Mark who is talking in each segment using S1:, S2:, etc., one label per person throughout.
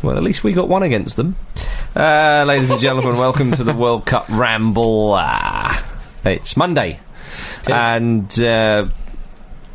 S1: Well, at least we got one against them. Uh, ladies and gentlemen, welcome to the World Cup Ramble. Ah, It's Monday. And, uh,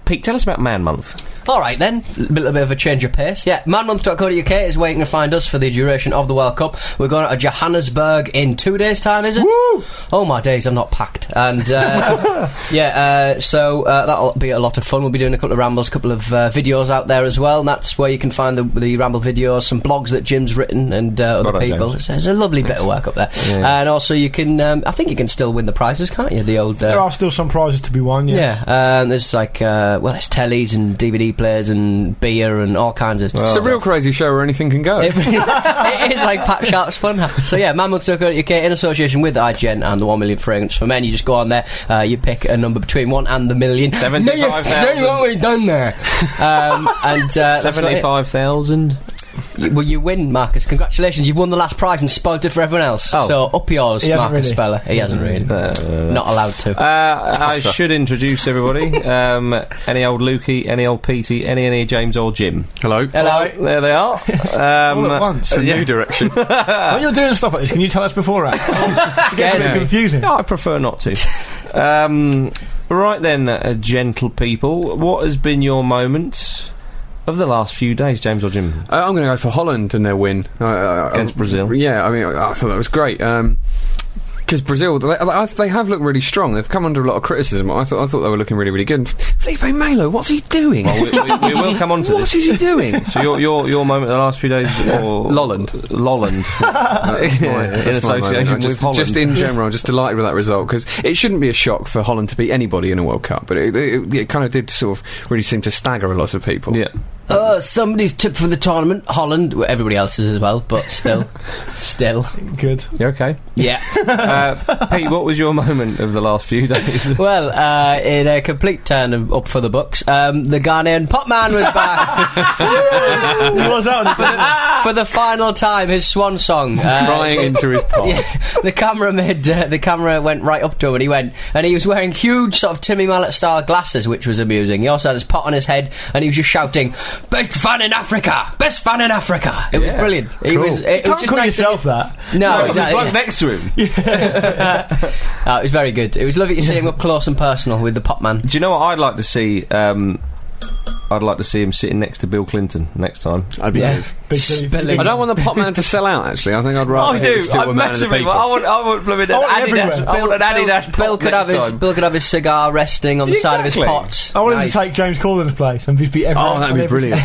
S1: Pete, tell us about Man Month.
S2: All right then, a little bit of a change of pace. Yeah, manmonth.co.uk is waiting to find us for the duration of the World Cup. We're going to Johannesburg in two days' time, is it? Woo! Oh my days, I'm not packed. And uh, yeah, uh, so uh, that'll be a lot of fun. We'll be doing a couple of rambles, a couple of uh, videos out there as well. And that's where you can find the, the ramble videos, some blogs that Jim's written and uh, other
S1: Well done,
S2: people.
S1: James.
S2: It's, it's a lovely bit of work up there.
S1: yeah.
S2: And also, you can, um, I think you can still win the prizes, can't you? The old. Uh,
S3: There are still some prizes to be won. Yeah.
S2: yeah, um, there's like uh, well, there's tellies and DVD players and beer and all kinds of.
S4: It's a real crazy show where anything can go.
S2: It, really- it is like Pat Sharp's fun house. So yeah, manmonth.co.uk in association with iGen and the One Million Fragrance for Men. You just go on there, uh, you pick a number between one and the million.
S1: 75,000.
S2: No, you- no, you we've done there. Um, and uh, that's about it.
S1: 75,000.
S2: You- Well, you win, Marcus. Congratulations, you've won the last prize and spoiled it for everyone else.
S1: Oh.
S2: So up yours,
S3: He hasn't
S2: Marcus
S3: really. Mm.
S2: Speller. He hasn't really. Not allowed to.
S1: Uh, I should introduce everybody. um, any old Lukey, any old Petey, any any James or Jim.
S4: Hello.
S2: Hello.
S1: There they are. Um,
S3: All at once.
S4: It's a
S1: yeah.
S4: new direction.
S3: When you're doing stuff like this, can you tell us before that?
S2: Scares
S3: It's
S2: me.
S3: confusing.
S1: No, I prefer not to. um, right then, uh, gentle people, what has been your moment of the last few days, James or Jim?
S4: Uh, I'm going to go for Holland and their win Uh, uh,
S1: Against
S4: uh,
S1: Brazil.
S4: Yeah, I mean, I I thought that was great. Um 'cause because Brazil, they, I- they have looked really strong. They've come under a lot of criticism. I thought, I thought they were looking really, really good. Felipe Melo, what's he doing?
S1: We, we- we will come on to
S4: what
S1: this.
S4: is he doing?
S1: So your, your your moment of the last few days, or
S4: Lolland.
S1: Lolland,
S4: That's my-
S1: Yeah,
S4: that's
S1: in
S4: my
S1: association
S4: moment. I'm
S1: with
S4: just,
S1: Holland.
S4: Just in general, I'm just delighted with that result because it shouldn't be a shock for Holland to beat anybody in a World Cup, but it, it, it kind of did sort of really seem to stagger a lot of people.
S1: yeah.
S2: Uh, somebody's tip for the tournament, Holland. Well, Everybody else's as well, but still, still,
S3: Good.
S1: You okay?
S2: yeah.
S1: Uh, Pete, what was your moment of the last few days?
S2: Well, uh, in a complete turn of up for the books, um, the Ghanaian Popman was back
S3: He was out. on the-
S2: for the final time. His swan song, uh,
S4: Crying into his pot.
S2: yeah, the camera made uh, the camera went right up to him and he went and he was wearing huge sort of Timmy Mallet style glasses which was amusing he also had his pot on his head and he was just shouting best fan in Africa best fan in Africa it was
S1: Yeah.
S2: brilliant he was it, it was
S3: You can't
S2: just
S3: call
S2: nice to-
S3: yourself that.
S2: no,
S1: Well,
S2: exactly.
S1: bloke next to him.
S2: Oh, it was very good it was lovely to see him up close and personal with the pop man
S1: Do you know what I'd like to see? Um, I'd like to see him sitting next to Bill Clinton next time.
S4: I'd be
S2: yeah
S4: good.
S3: Big
S2: Spilling.
S3: two.
S4: I don't want the pop man to sell out. Actually, I think I'd rather.
S1: I
S4: he was
S1: do.
S4: Still
S1: I
S4: a man of the
S1: massively.
S4: people.
S1: I want. I want blooming an
S3: I want
S1: Adidas.
S3: everywhere.
S1: I want an Adidas.
S2: Bill
S1: pop
S2: could have
S1: next
S2: his
S1: time.
S2: Bill could have his cigar resting on the side of his
S1: Exactly.
S2: pot.
S3: I wanted
S2: Nice.
S3: to take James Corden's place and just be everyone.
S4: Oh, that'd be brilliant.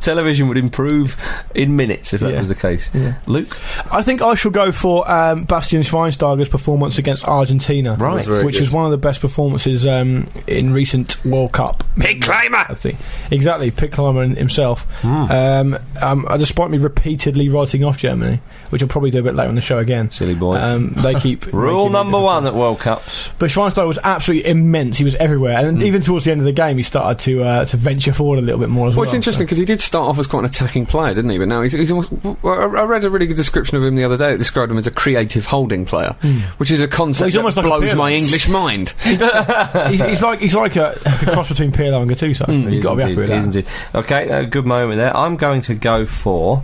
S1: Television would improve in minutes if that
S3: Yeah.
S1: was the case. Luke,
S3: I think I shall go for um, Bastian Schweinsteiger's performance against Argentina,
S1: Right. That's very
S3: Which is one of the best performances um, in recent World Cup. Pig climber, I think exactly. Pig climber in- himself. Um, um, uh, despite me repeatedly writing off Germany, which I'll probably do a bit later on the show again.
S1: silly boy.
S3: Um, they keep
S1: Rule
S3: making it
S1: number
S3: difficult.
S1: one at World Cups.
S3: But Schweinsteiger was absolutely immense. He was everywhere,
S1: Mm.
S3: and even towards the end of the game, he started to uh, to venture forward a little bit more as well.
S4: Well, it's interesting because he did start off as quite an attacking player, didn't he? But now he's, he's almost. Well, I I read a really good description of him the other day that described him as a creative holding player, which is
S3: Hmm.
S4: a
S3: Well,
S4: concept
S3: he's almost
S4: that
S3: like a
S4: blows my
S3: Pirlo.
S4: English mind.
S3: So he's, he's like he's like a, a cross between Pirlo and Gattuso.
S1: Mm.
S3: You've got to be happy with that.
S1: isn't it? Okay, a good moment there. I'm going to go for.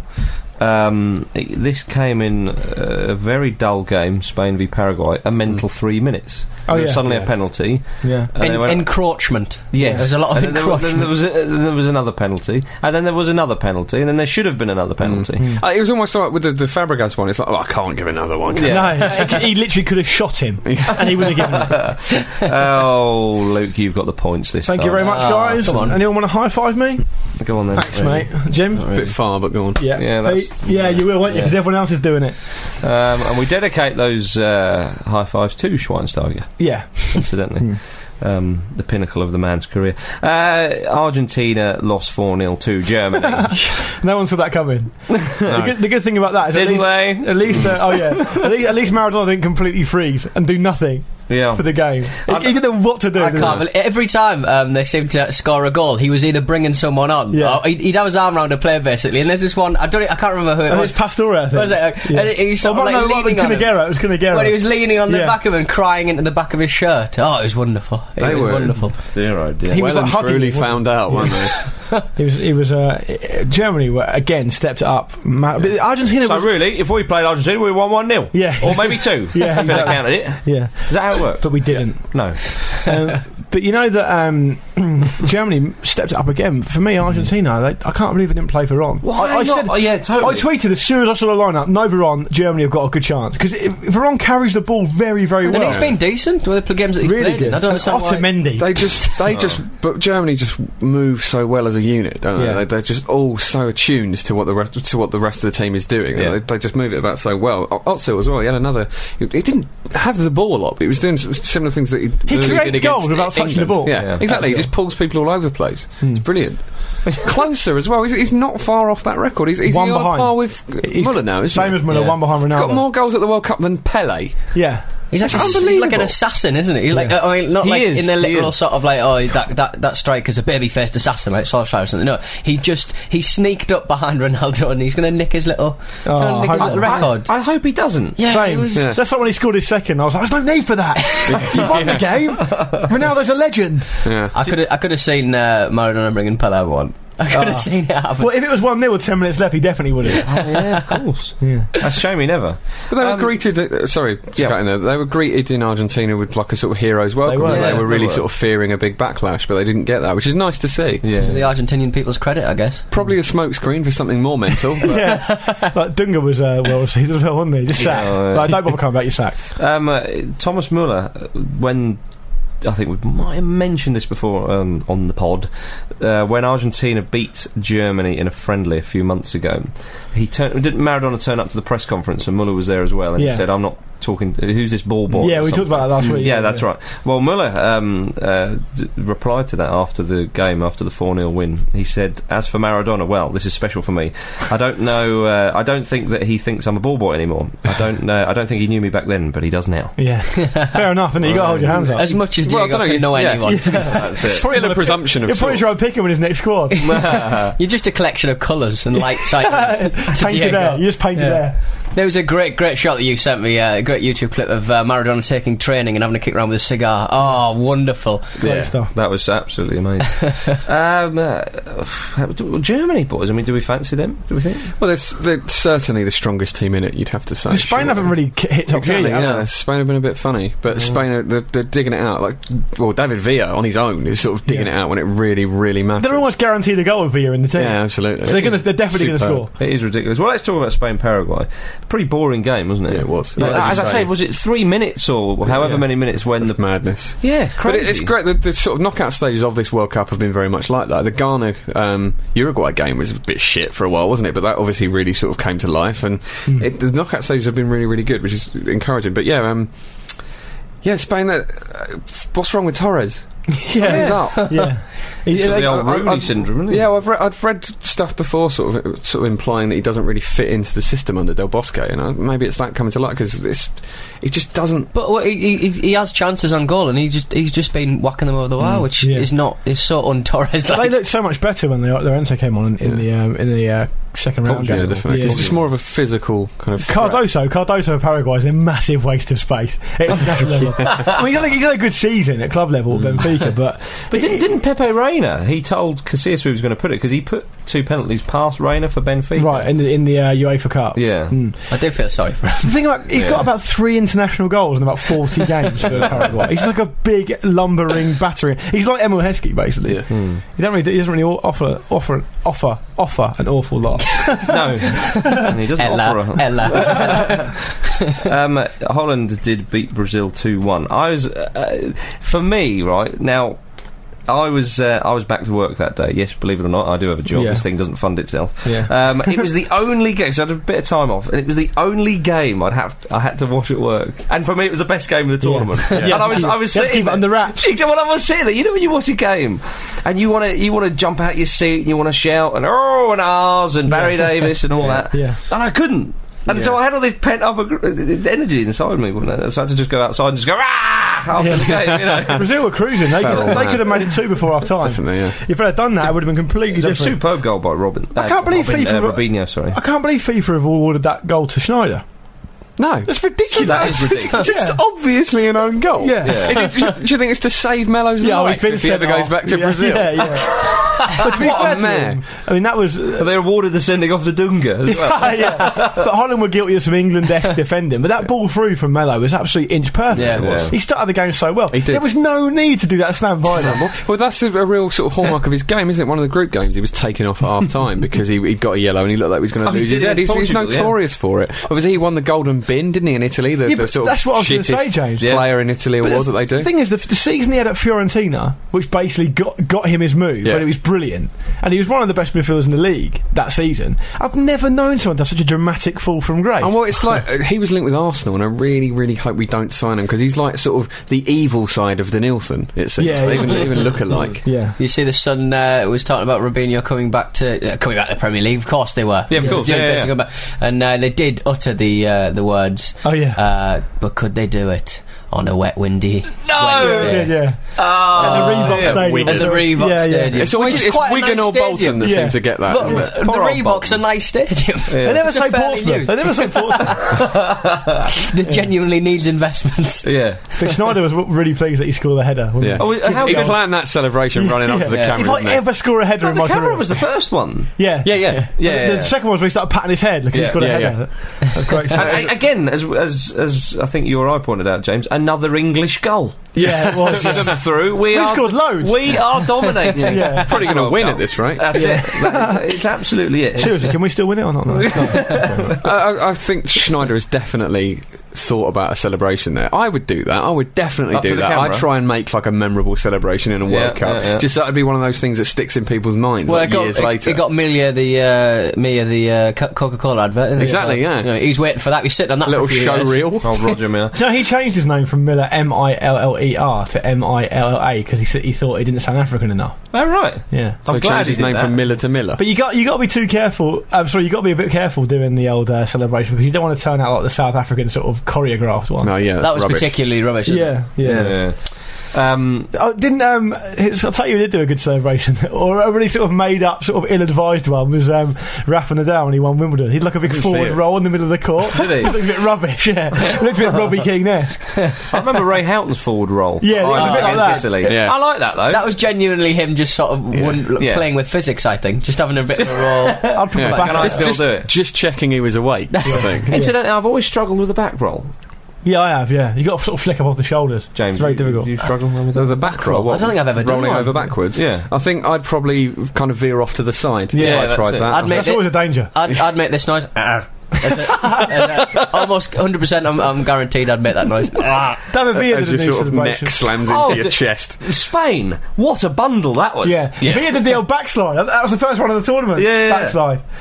S1: Um, it- this came in uh, a very dull game, Spain v Paraguay, a mental three minutes.
S3: Mm. Oh,
S1: there was
S3: yeah.
S1: suddenly
S3: Yeah.
S1: a penalty.
S3: Yeah.
S1: And they
S2: En-
S1: went-
S2: encroachment.
S1: Yes,
S2: There's a lot of
S1: And then there, wa- then there
S2: encroachment.
S1: was a- there was another penalty, and then there was another penalty, and then there should have been
S3: Mm.
S1: another penalty.
S4: Uh, it was almost like with the, the Fabregas one. It's like, oh, I can't give another one. can I?"
S1: Yeah.
S3: No, he c- he literally could have shot him, and he wouldn't have given him.
S1: oh, Luke, you've got the points this
S3: Thank
S1: time.
S3: you very much,
S2: Ah,
S3: guys.
S2: come on.
S3: Anyone want to high five me?
S1: much. Go on then.
S3: Thanks, mate. Jim.
S4: A bit far, but go on.
S3: Yeah,
S1: Yeah,
S3: Pete?
S1: that's-
S3: yeah, you will, won't you?
S2: Yeah.
S3: Because everyone else is doing it.
S1: Um, and we dedicate those uh, high fives to Schweinsteiger,
S3: Yeah, Hmm.
S1: incidentally. Um, the pinnacle of the man's career. Uh, Argentina lost 4 0 to Germany.
S3: no one saw that coming. the, good, the good thing about that is
S1: Didn't
S3: at
S1: they?
S3: least, at least uh, oh yeah, at least, at least Maradona didn't completely freeze and do nothing
S1: Yeah.
S3: for the game. He,
S1: I-
S3: he didn't know what to do.
S2: Oh. I
S3: did
S2: can't
S3: he?
S2: believe every time um, they seemed to score a goal, he was either bringing someone on,
S3: Yeah.
S2: or he'd, he'd have his arm around a player basically. And there's this one I don't, e, I can't remember who it
S3: I think
S2: was.
S3: it's Pastore, I think.
S2: Was it? uh,
S3: Yeah.
S2: And he- he sort
S3: Oh,
S2: of,
S3: no,
S2: like,
S3: no, it was
S2: leaning on him.
S3: Kunagera. It was Kunagera.
S2: when he was leaning on the
S3: Yeah.
S2: back of him and crying into the back of his shirt. Oh, it was wonderful. It
S4: They
S2: was
S4: were-
S2: wonderful.
S3: He was
S4: well
S3: like
S4: and
S3: hugging
S4: truly
S3: him, wasn't
S4: found out, weren't they?
S3: He was. He was. Uh, Germany were again stepped it up. Ma- but Argentina.
S1: So
S3: was-
S1: really, if we played Argentina, we won one 0
S3: Yeah.
S1: or maybe two.
S3: Yeah,
S1: if they counted it.
S3: yeah,
S1: Is that how it worked?
S3: but we didn't.
S1: No.
S3: um, but you know that um, Germany stepped it up again. For me, Argentina. They, I can't believe they didn't play Veron. I, I said.
S1: oh, yeah,
S3: I
S1: totally.
S3: tweeted as soon as I saw the lineup, no Veron, Germany have got a good chance. Because Veron carries the ball very, very well.
S2: And he's been decent with the pl- games that he's
S3: really
S2: played
S3: good.
S2: in. I don't
S3: And
S2: understand why.
S3: Otamendi.
S4: They just,
S3: Oh.
S4: they just, but Germany just move so well as a unit, don't
S3: Yeah.
S4: they? they? They're just all so attuned to what the rest to what the rest of the team is doing.
S1: Yeah.
S4: They, they just move it about so well. O- Otsil as well. He had another. He, he didn't have the ball up. He was doing s- similar things that he,
S3: He
S4: really
S3: creates
S4: did against
S3: goals without touching the
S4: England.
S3: ball.
S4: Yeah,
S1: Yeah.
S4: exactly. He just pulls people all over the place. It's
S3: Hmm.
S4: brilliant. Closer as well. He's, he's not far off that record. He's, he's
S3: One
S4: on
S3: behind.
S4: par with
S3: He's
S4: Muller now. Isn't
S3: Same
S4: he?
S3: as Muller,
S2: Yeah.
S3: one behind
S4: He's
S3: Ronaldo.
S4: got more goals at the World Cup than Pele.
S3: Yeah.
S2: He's like, a,
S4: It's
S2: he's like an
S4: unbelievable.
S2: assassin, isn't he? He's like, I mean, not
S1: He
S2: like
S1: is,
S2: in the
S1: he
S2: literal
S1: is.
S2: sort of like, oh, that that that striker's a baby-faced assassin, like Solskjaer or something. No, he just he sneaked up behind Ronaldo and he's going to nick his little, gonna
S3: Oh,
S2: nick his
S3: I-
S2: little
S3: I-
S2: record.
S1: I hope he doesn't.
S2: yeah, it
S3: Same.
S2: was-
S4: Yeah.
S3: That's like when he scored his second. I was like, there's no need for that. you won the game. Ronaldo's a legend.
S4: Yeah.
S2: I could I could have seen uh, Maradona bringing Pelé one. I could have seen it happen.
S3: Well, if it was 1 0 with 10 minutes left, he definitely would have.
S1: yeah, of course.
S3: Yeah.
S1: That's a shame he never.
S4: But they
S1: Um,
S4: were greeted. Uh, sorry, just
S1: yeah.
S4: cut in there. They were greeted in Argentina with like a sort of hero's welcome.
S3: were,
S4: They were,
S3: yeah,
S2: they
S4: really
S2: were.
S4: sort of fearing a big backlash, but they didn't get that, which is nice to see.
S2: To the Argentinian people's credit, I guess.
S4: Probably a smokescreen for something more mental. but-
S3: Like, Dunga was uh, well received as well, wasn't he? Just sacked.
S1: Yeah, well,
S3: Like, don't bother coming back, you're sacked.
S1: Um, uh, Thomas Muller, uh, when I think we might have mentioned this before um, on the pod, uh, when Argentina beat Germany in a friendly a few months ago, he turned. Didn't Maradona turn up to the press conference and Muller was there as well, and
S3: Yeah.
S1: he said, "I'm not talking. Who's this ball boy?"
S3: yeah,
S1: or
S3: we talked
S1: something.
S3: about that last week.
S1: Yeah, that's right. Well, Muller um, uh, d- replied to that after the game, after the 4 0 win. He said, As for Maradona, well, this is special for me. I don't know, uh, I don't think that he thinks I'm a ball boy anymore. I don't know, I don't think he knew me back then, but he does now.
S3: Yeah. Fair enough, and you got to hold your hands up.
S2: As much as
S4: Well, I
S2: Diego
S4: dunno,
S2: can know
S4: yeah.
S2: anyone, to be
S1: That's it.
S4: Still a presumption of
S3: You're pretty
S4: sorts.
S3: sure I'll pick him in his next squad.
S2: You're just a collection of colours and lights. like, to
S3: painted
S2: Diego.
S3: there. You just painted
S2: Yeah.
S3: there.
S2: There was a great, great shot that you sent me, uh, a great YouTube clip of uh, Maradona taking training and having a kick around with a cigar. Oh, wonderful.
S3: Great stuff.
S1: That was absolutely amazing. um, uh, do- Germany boys, I mean, do we fancy them? Do we think?
S4: Well, they're, s- they're certainly the strongest team in it. You'd have to say.
S3: Spain
S4: surely.
S3: haven't really k- hit top
S4: Exactly.
S3: gear yet, have
S4: Yeah, Spain have been a bit funny, but Spain are, they're, they're digging it out. Like, well, David Villa on his own is sort of digging
S3: Yeah.
S4: it out when it really, really
S3: they?
S4: matters.
S3: They're almost guaranteed a goal with Villa in the team.
S4: yeah, absolutely.
S3: So they're, gonna, they're definitely going to
S4: Superb.
S3: score.
S1: It is ridiculous. Well, let's talk about Spain Paraguay. Pretty boring game, wasn't it?
S4: Yeah, it was.
S1: Like,
S4: Yeah,
S1: as I
S4: as
S1: say,
S4: you say.
S1: was it three minutes or however
S4: Yeah.
S1: many minutes when the.
S4: Madness.
S1: Yeah, crazy.
S4: But it, it's great. The, the sort of knockout stages of this World Cup have been very much like that. The Ghana um, Uruguay game was a bit shit for a while, wasn't it? But that obviously really sort of came to life, and it, the knockout stages have been really, really good, which is encouraging. But yeah, um, yeah, Spain. Uh, uh, what's wrong with Torres? Something's
S3: Yeah. Hmm.
S4: up.
S3: yeah.
S1: It's
S3: He's-
S1: the old
S4: I- I-
S1: Rooney syndrome, isn't it?
S4: Yeah, well, I've, re- I've read stuff before, sort of, uh, sort of implying that he doesn't really fit into the system under Del Bosque, and uh, maybe it's that coming to light because it's it just doesn't.
S2: But well, he, he, he has chances on goal and he just he's just been whacking them over the
S1: Mm,
S2: wire, which
S3: yeah.
S2: is not is so un Torres
S3: They
S2: like.
S3: looked so much better when their their Ente came on in, in the um, in the uh, second round.
S4: yeah,
S3: game.
S4: definitely. 'Cause It's just more of a physical kind of. threat.
S3: Cardoso, Cardoso of Paraguay is a massive waste of space at international level. I mean, he's had, a, he's had a good season at club level
S4: Mm.
S3: at Benfica, but
S1: But didn't, didn't Pepe Reina? He told Casillas who he was going to put it because he put two penalties past Reina for Benfica.
S3: right in the in the uh, UEFA Cup. Hmm.
S1: Yeah.
S2: I do feel sorry for him.
S3: The thing about he's got about three international goals in about forty games for Paraguay. He's like a big lumbering battery. He's like Emil Heskey basically.
S4: Yeah.
S3: He, don't really, he doesn't really offer offer offer offer an awful lot.
S1: No. and he doesn't offer
S2: Ella,
S1: a-
S2: Ella.
S1: um, Holland did beat Brazil two one. I was, uh, uh, for me, right now, I was uh, I was back to work that day. Yes, believe it or not, I do have a job.
S3: Yeah.
S1: This thing doesn't fund itself.
S3: Yeah.
S1: Um, it was the only game. So I had a bit of time off, and it was the only game I'd have I had to watch at work. And for me, it was the best game of the
S3: Yeah.
S1: tournament.
S3: You
S1: And I
S3: have to
S1: was
S3: keep-
S1: I was
S3: you have to
S1: sitting
S3: keep it under wraps.
S1: Exactly, Well, I was sitting there. You know when you watch a game, and you want to you want to jump out your seat, and you want to shout and oh and ahs and Barry Davis and all that.
S3: yeah.
S1: And I couldn't. And so I had all this pent up ag- energy inside me, wasn't it? So I had to just go outside and just go ah after the game. You know,
S3: Brazil were cruising. They,
S4: Feral,
S3: could, they
S4: man.
S3: could have made it two before half time.
S4: Definitely, yeah.
S3: If they had done that, it would have been completely
S1: it was a
S3: different.
S1: superb goal by Robin.
S3: I can't believe
S1: Robin,
S3: FIFA-
S1: uh, Robinho, sorry.
S3: I can't believe FIFA have awarded that goal to Schneider.
S4: No.
S3: That's ridiculous.
S1: That is ridiculous.
S4: Just obviously an own goal.
S3: Yeah.
S4: Is it, do, you, do you think it's to save Melo's
S3: Yeah, well,
S4: life
S3: he's been
S4: if he
S3: sent
S4: ever goes
S3: off.
S4: back to
S3: Yeah,
S4: Brazil?
S3: Yeah, yeah. but to be
S4: What a
S3: fair to
S4: man.
S3: him, I mean, that was.
S1: But they awarded the sending off to Dunga. As well.
S3: yeah. But Holland were guilty of some England esque defending. But that ball through from Mello was absolutely inch perfect.
S2: Yeah, it was.
S3: He started the game so well.
S4: He did.
S3: There was no need to do that stand by number.
S4: Well, that's a, a real sort of hallmark of his game, isn't it? One of the group games, he was taken off at half time because he, he got a yellow and he looked like he was going to
S1: Oh, he
S4: lose
S1: did
S4: his
S1: it
S4: head.
S1: in
S4: He's, he's
S1: Portugal, yeah.
S4: notorious for it. Obviously, he won the golden bin, didn't he, in Italy? The,
S3: Yeah,
S4: the
S3: but
S4: sort
S3: that's
S4: of
S3: what I was gonna say,
S4: shittest
S3: James.
S1: Yeah.
S4: player in Italy
S3: But
S4: award
S3: the,
S4: that they do.
S3: the thing is, the, the season he had at Fiorentina, which basically got got him his move,
S4: Yeah.
S3: but it was brilliant, and he was one of the best midfielders in the league that season. I've never known someone to have such a dramatic fall from grace.
S4: And well, it's like uh, he was linked with Arsenal, and I really, really hope we don't sign him because he's like sort of the evil side of Danielson. It seems
S3: Yeah, yeah.
S4: they even, they even look alike.
S3: yeah,
S2: You see, the Sun uh, was talking about Robinho coming back to uh, coming back to the Premier League. Of course, they were.
S1: Yeah, of
S2: This
S1: course,
S2: is the only
S1: yeah,
S2: place
S1: yeah.
S2: to go back. And uh, they did utter the uh, the words.
S3: Oh, yeah.
S2: Uh, but could they do it on a wet, windy?
S1: No!
S2: Wednesday?
S3: yeah, yeah.
S1: Ah,
S3: At the Reebok
S1: yeah.
S3: Stadium.
S4: Wigan.
S2: At the Reebok
S3: Yeah, yeah.
S2: Stadium.
S4: It's always
S2: Which is
S4: it's
S2: quite a
S4: Wigan
S2: nice
S4: or Bolton
S2: stadium.
S4: that
S3: Yeah.
S4: seem to get that.
S2: But
S4: isn't it?
S2: the
S1: Uh, Poor old
S2: Reebok's a nice stadium.
S3: They never
S2: It's a
S3: say
S2: fairly
S3: Portsmouth.
S2: new-
S3: They never say Portsmouth.
S2: that genuinely needs investments.
S1: yeah.
S3: But Schneider was w- really pleased that he scored a header. wasn't
S4: Yeah.
S3: he?
S1: Oh, uh, how
S4: he
S1: good-
S4: planned that celebration running up to the
S2: Yeah.
S4: camera.
S3: If I
S4: didn't he?
S3: ever score a header
S1: No,
S3: in
S1: the
S3: my
S1: camera
S3: career,
S1: was the first one.
S3: yeah,
S4: yeah, yeah.
S1: Yeah.
S3: the,
S1: yeah, yeah.
S3: second one was when he started patting his head like
S1: Yeah.
S3: he's got
S4: Yeah,
S3: a header. That's great.
S1: And,
S3: stuff.
S1: a- again, as, as as I think you or I pointed out, James, another English goal.
S3: yeah, it was.
S1: Took them through. We
S3: We've
S1: are
S3: scored loads.
S1: We are dominating.
S3: Yeah.
S4: Probably going to win at this rate.
S1: That's it. That- it's absolutely it.
S3: Seriously, can we still win it or not? No, it's not.
S4: I, I- I think Schneider has definitely thought about a celebration there. I would do that. I would definitely
S1: Up to
S4: do
S1: the
S4: that.
S1: camera?
S4: I'd try and make like a memorable celebration in a
S1: Yeah,
S4: World Cup.
S1: yeah, yeah.
S4: Just that would be one of those things that sticks in people's minds
S2: Well,
S4: like,
S2: it got,
S4: years
S2: it,
S4: later.
S2: it got Milia the uh, Mia the uh, Coca Cola advert. Didn't it?
S4: Exactly,
S2: So,
S4: yeah.
S2: you know, he was waiting for that. He was sitting on that
S4: a little
S2: for a few years.
S4: showreel.
S1: Old Roger Miller.
S3: So he changed his name from Miller M I L L E R to M I L L A because he s- he thought he didn't sound African enough.
S1: Oh right.
S3: Yeah.
S4: So
S1: I'm
S4: he
S1: glad
S4: changed
S1: he
S4: his
S1: did
S4: name
S1: that.
S4: from Miller to Miller.
S3: But you got you got to be too careful. I'm sorry, you got to be a bit careful doing the old uh, celebration because you don't want to turn out like the South African sort of choreographed one.
S4: no, yeah,
S2: That was
S4: rubbish.
S2: particularly rubbish. wasn't it?
S3: Yeah, yeah.
S1: Yeah. Um,
S3: Oh, didn't um, it's- I'll tell you, who did do a good celebration, or a really sort of made up, sort of ill-advised one was um, Rafa Nadal when he won Wimbledon. He'd like a big
S1: Didn't see
S3: forward
S1: it.
S3: roll in the middle of the court.
S1: Did he?
S3: Looked a bit rubbish. Yeah, looked a bit Robbie Keane-esque.
S1: I remember Ray Houghton's forward Oh, roll.
S3: Yeah, it was a
S1: Ireland
S3: bit like
S1: against
S3: that.
S1: Italy.
S4: Yeah.
S1: I like that though.
S2: That was genuinely him just sort of won-
S1: Yeah.
S2: playing with physics, I think. Just having a bit of a roll.
S3: I'd prefer
S4: Yeah.
S1: Can I
S3: back.
S4: just,
S1: still
S4: just-
S1: do it?
S4: just checking he was awake. I think.
S1: Incidentally, I've always struggled with the back roll,
S3: Yeah, I have. Yeah, you got to sort of flick up off the shoulders.
S1: James.
S3: it's very
S1: you-
S3: difficult.
S1: You struggle with
S4: The,
S1: that?
S4: the back roll. What?
S2: I don't think I've ever done
S4: rolling
S2: one.
S4: over backwards.
S1: Yeah.
S4: I think I'd probably kind of veer off to the side.
S1: Yeah,
S4: if I
S1: that's
S4: tried
S1: it.
S4: that.
S2: I'd make
S3: That's
S2: it-
S3: always a danger.
S2: I'd, I'd make this noise. as a, as a, almost 100%, I'm, I'm guaranteed I'd make that noise.
S3: David Villa
S4: as
S3: did a
S4: your
S3: new
S4: sort of neck
S3: celebration.
S4: slams into
S1: Oh,
S4: your
S1: d-
S4: chest.
S1: Spain. What a bundle that was.
S3: Yeah, Villa did the old backslide. That- That was the first one of the tournament.
S1: Yeah, yeah, yeah.
S3: backslide.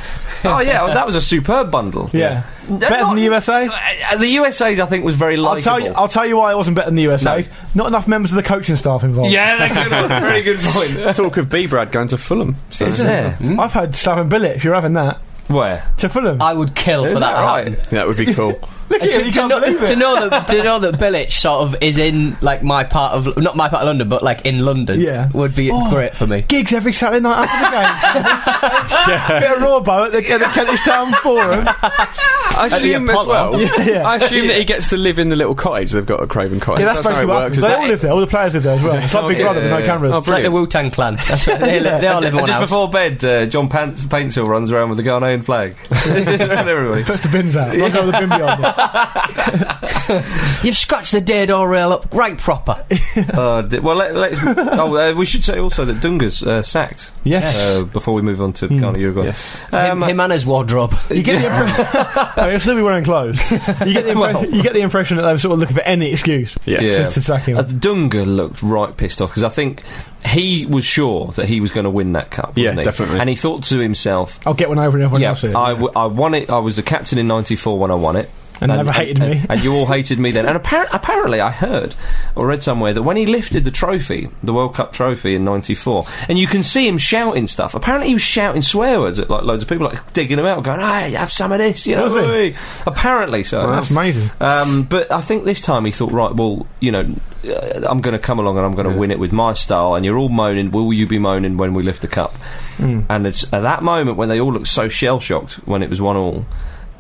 S1: Oh yeah, that was a superb bundle.
S3: Yeah,
S1: They're
S3: better
S1: not-
S3: than the USA.
S1: Uh, the USA's, I think, was very
S3: I'll
S1: likable.
S3: tell you. I'll tell you why it wasn't better than the USA. Not enough members of the coaching staff involved.
S1: yeah, that's a good one. very good point.
S4: Talk of B Brad going to Fulham. So.
S1: Is there?
S3: I've had Slaven Bilic, you're having that,
S1: Where? Uh,
S3: to Fulham.
S2: I would kill for that to
S4: That would be cool.
S3: Look at
S2: to,
S3: him, he
S2: to
S3: can't
S2: know,
S3: believe it.
S2: to know that to know that Bilic sort of is in like my part of not my part of London, but like in London,
S3: Yeah.
S2: would be
S3: Oh.
S2: great for me.
S3: Gigs every Saturday night after the game. Bit of raw bow at the, at the Kentish Town Forum.
S4: I assume as
S2: Apollo.
S4: well.
S3: yeah.
S4: I assume that he gets to live in the little cottage they've got at Craven Cottage.
S3: Yeah, that's,
S4: how
S3: basically
S4: it
S3: what
S4: works.
S3: happens.
S4: is
S3: They
S4: that
S3: all
S4: it?
S3: live there. All the players live there as well. It's like Big
S4: yeah,
S3: Brother with no
S4: yeah,
S3: cameras.
S4: yeah. Oh,
S2: It's like the
S4: Brilliant.
S2: Wu Tang Clan. That's right. They, li- they all live in one
S1: Just
S2: house.
S1: before bed, uh, John Pants- Paintsill runs around with the Ghanaian flag. Just around everybody.
S3: Puts the bins out. Runs over the bin beyond.
S2: You've scratched the dead door rail up right proper.
S1: Uh, d- well, let, let's- oh, uh, we should say also that Dunga's uh, sacked.
S3: Yes.
S1: Uh, before we move on to
S3: Hmm.
S1: Ghana, Uruguay.
S4: Yes.
S2: him, him and his wardrobe.
S3: You get the impression. I mean, he'll still be wearing clothes. You get, the impre-
S1: Well.
S3: you get the impression that they're sort of looking for any excuse
S4: Yeah.
S1: Yeah.
S3: to, to sack him.
S1: Uh, Dunga looked right pissed off because I think he was sure that he was going to win that cup.
S4: Yeah,
S1: wasn't he?
S4: definitely.
S1: And he thought to himself,
S3: I'll get one over and everyone
S1: "Yeah,
S3: else here.
S1: I, w- I won it. I was the captain in '94 when I won it."
S3: And never hated
S1: and-
S3: me.
S1: and you all hated me then. And appar- apparently, I heard or read somewhere that when he lifted the trophy, the World Cup trophy in '94, and you can see him shouting stuff. Apparently, he was shouting swear words at like loads of people, like digging him out, going, "Hey, have some of this," you know.
S3: Was he?
S1: oi." Apparently, so.
S3: Well, that's amazing.
S1: Um, but I think this time he thought, right, well, you know, uh, I'm going to come along and I'm going to win it with my style. And you're all moaning, will you be moaning when we lift the cup? And it's at that moment when they all looked so shell shocked when it was one all,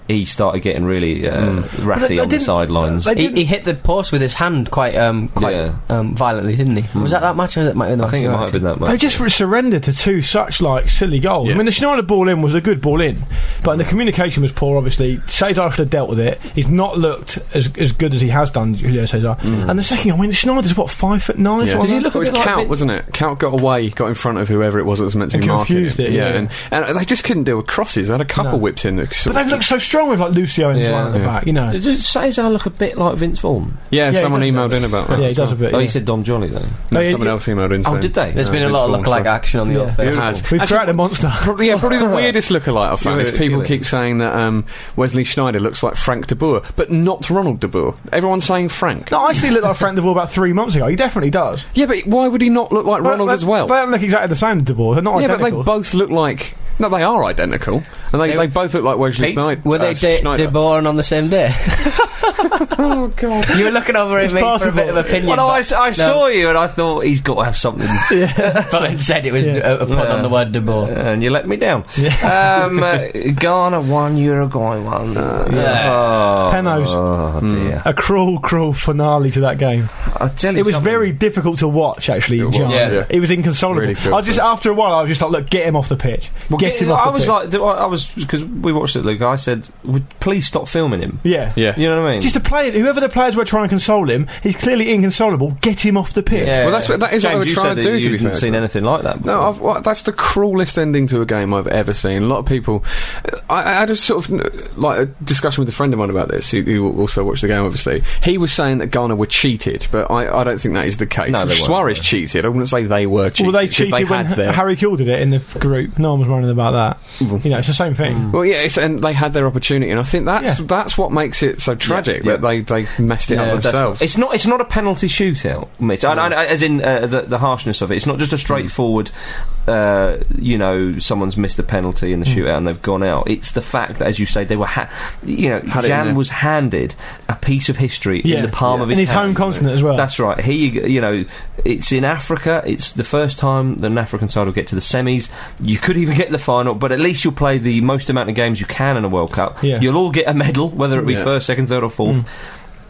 S1: he started getting really uh,
S3: But
S1: ratty
S3: they
S1: on the
S3: didn't-
S1: sidelines.
S3: they
S2: He,
S3: didn't-
S2: he hit the post with his hand quite um, quite
S1: Yeah. Hmm.
S2: um, violently, didn't he? Was that that match? Or was it might
S1: I think it might have been that
S3: They
S1: much.
S3: just re- surrendered to two such like silly goals.
S4: Yeah.
S3: I mean, the Schneider ball in was a good ball in, but the communication was poor. Obviously, Cesar should have dealt with it. He's not looked as as good as he has done, Julio Cesar. And the second, I mean, Schneider's what five foot nine.
S4: Mm. Yeah.
S3: something
S1: Does he
S3: like
S1: look
S4: it
S1: a
S4: was
S1: bit like
S4: Count,
S1: Vin-
S4: wasn't it? Count got away, got in front of whoever it was that was meant to
S3: And
S4: be marking
S3: confused
S4: him.
S3: it, yeah.
S4: And, and they just couldn't deal with crosses. They had a couple
S3: No.
S4: whipped in. That
S3: that?
S4: sort
S3: But
S4: of-
S3: they've looked so strong with like Lucio and
S1: Yeah.
S3: yeah. at the
S4: Yeah.
S3: back, you know.
S1: Does Cesar look a bit like Vince Vaughn?
S4: yeah,
S3: Yeah, he
S4: someone
S3: does a
S4: emailed
S3: bit.
S4: in about that.
S3: Yeah, he
S4: as
S3: does
S4: well.
S3: a bit.
S1: Oh,
S3: yeah.
S1: he said Dom Jolly, though.
S4: No,
S3: Oh, yeah,
S4: someone
S3: yeah.
S4: else emailed in.
S1: Oh,
S4: saying-
S1: did they?
S2: There's
S4: uh,
S2: been a
S4: Vince
S2: lot of
S4: Vaughn
S2: look-alike
S4: stuff.
S2: action on the old
S4: It
S2: field.
S4: has.
S3: We've
S4: Actually,
S3: created a monster.
S4: Probably, yeah, probably the weirdest lookalike I've found
S1: Yeah,
S4: is people
S1: yeah.
S4: keep saying that um, Wesley Schneider looks like Frank de Boer, but not Ronald de Boer. Everyone's saying Frank.
S3: No, I actually looked like Frank De Boer about three months ago. He definitely does.
S4: Yeah, but why would he not look like
S3: But
S4: Ronald
S3: they-
S4: as well?
S3: They don't look exactly the same, De Boer. They're not
S4: yeah, but they
S3: identical.
S4: both look like. No, they are identical, and they,
S2: They-
S4: they both look like Wesley
S1: Pete?
S4: Schneider.
S2: Were they
S4: uh,
S2: de-
S4: Schneider.
S2: deborn on the same day?
S4: Oh God!
S2: you were looking over at me for a
S3: possible.
S2: bit of opinion.
S1: Well, no, I,
S2: but-
S1: s- I saw you and I thought he's got to have something.
S2: but instead it was
S3: Yeah.
S2: a, a pun
S1: Yeah.
S2: on the word Debor.
S1: Uh, and you let me down. Um, uh, Ghana won, Uruguay won. Uh,
S2: Yeah.
S1: Oh,
S3: Penalties. Hmm.
S1: Oh, dear.
S3: a cruel, cruel finale to that game.
S1: I tell you
S3: It was
S1: something.
S3: very difficult to watch, actually.
S4: It was,
S3: John.
S2: yeah.
S4: Yeah.
S3: It was inconsolable.
S4: Really feel
S3: I just
S4: for
S3: after a while, I was just like, look, get him off the pitch.
S1: Well,
S3: get
S1: yeah,
S3: him off
S1: I
S3: the
S1: was
S3: pitch.
S1: like, do I, I was because we watched it, Luke. I said, "Would please stop filming him."
S3: yeah.
S4: Yeah.
S1: You know what I mean?
S3: Just the player, whoever the players were trying to console him, he's clearly inconsolable. Get him off the pitch.
S2: Yeah.
S4: Well, that's what, that is
S1: James,
S4: what I would
S1: you
S4: try
S1: said
S4: and
S1: that
S4: do.
S1: you
S4: to be
S1: hadn't
S4: fair,
S1: seen anything like that. Before.
S4: No, I've, well, that's the cruelest ending to a game I've ever seen. A lot of people. I, I had a sort of uh, like a discussion with a friend of mine about this, who, who also watched the game. Obviously, he was saying that Ghana were cheated, but I, I don't think that is the case.
S1: No, they weren't,
S4: Suarez cheated. I wouldn't say they were cheated.
S3: Well, they
S4: 'cause
S3: cheated when
S4: had their,
S3: Harry Kuehl did it in the f- group. No one was moaning about that. You know, it's the same thing.
S4: Well, yeah, it's, and they had their opportunity, and I think that's
S3: Yeah.
S4: that's what makes it so tragic
S1: yeah.
S4: that they, they messed it
S2: Yeah,
S4: up themselves.
S1: It's not. It's not a penalty shootout, mate. I, I, as in uh, the, the harshness of it. It's not just a straightforward. Uh, you know, someone's missed a penalty in
S4: Hmm.
S1: the shootout and they've gone out. It's the fact that, as you say, they were. Ha- you know,
S4: Had it in
S1: Jan
S4: there.
S1: was handed a piece of history
S3: Yeah.
S1: in the palm of
S3: in
S1: his,
S3: his
S1: hand.
S3: home continent as well.
S1: That's right. He, you know, it's in Africa. It's the first time that an African side will get to the semis. You could even get the final, but at least you'll play the most amount of games you can in a World Cup.
S3: Yeah. Mm.
S1: You'll all get a medal, whether it be
S4: Yeah.
S1: first, second, third, or fourth.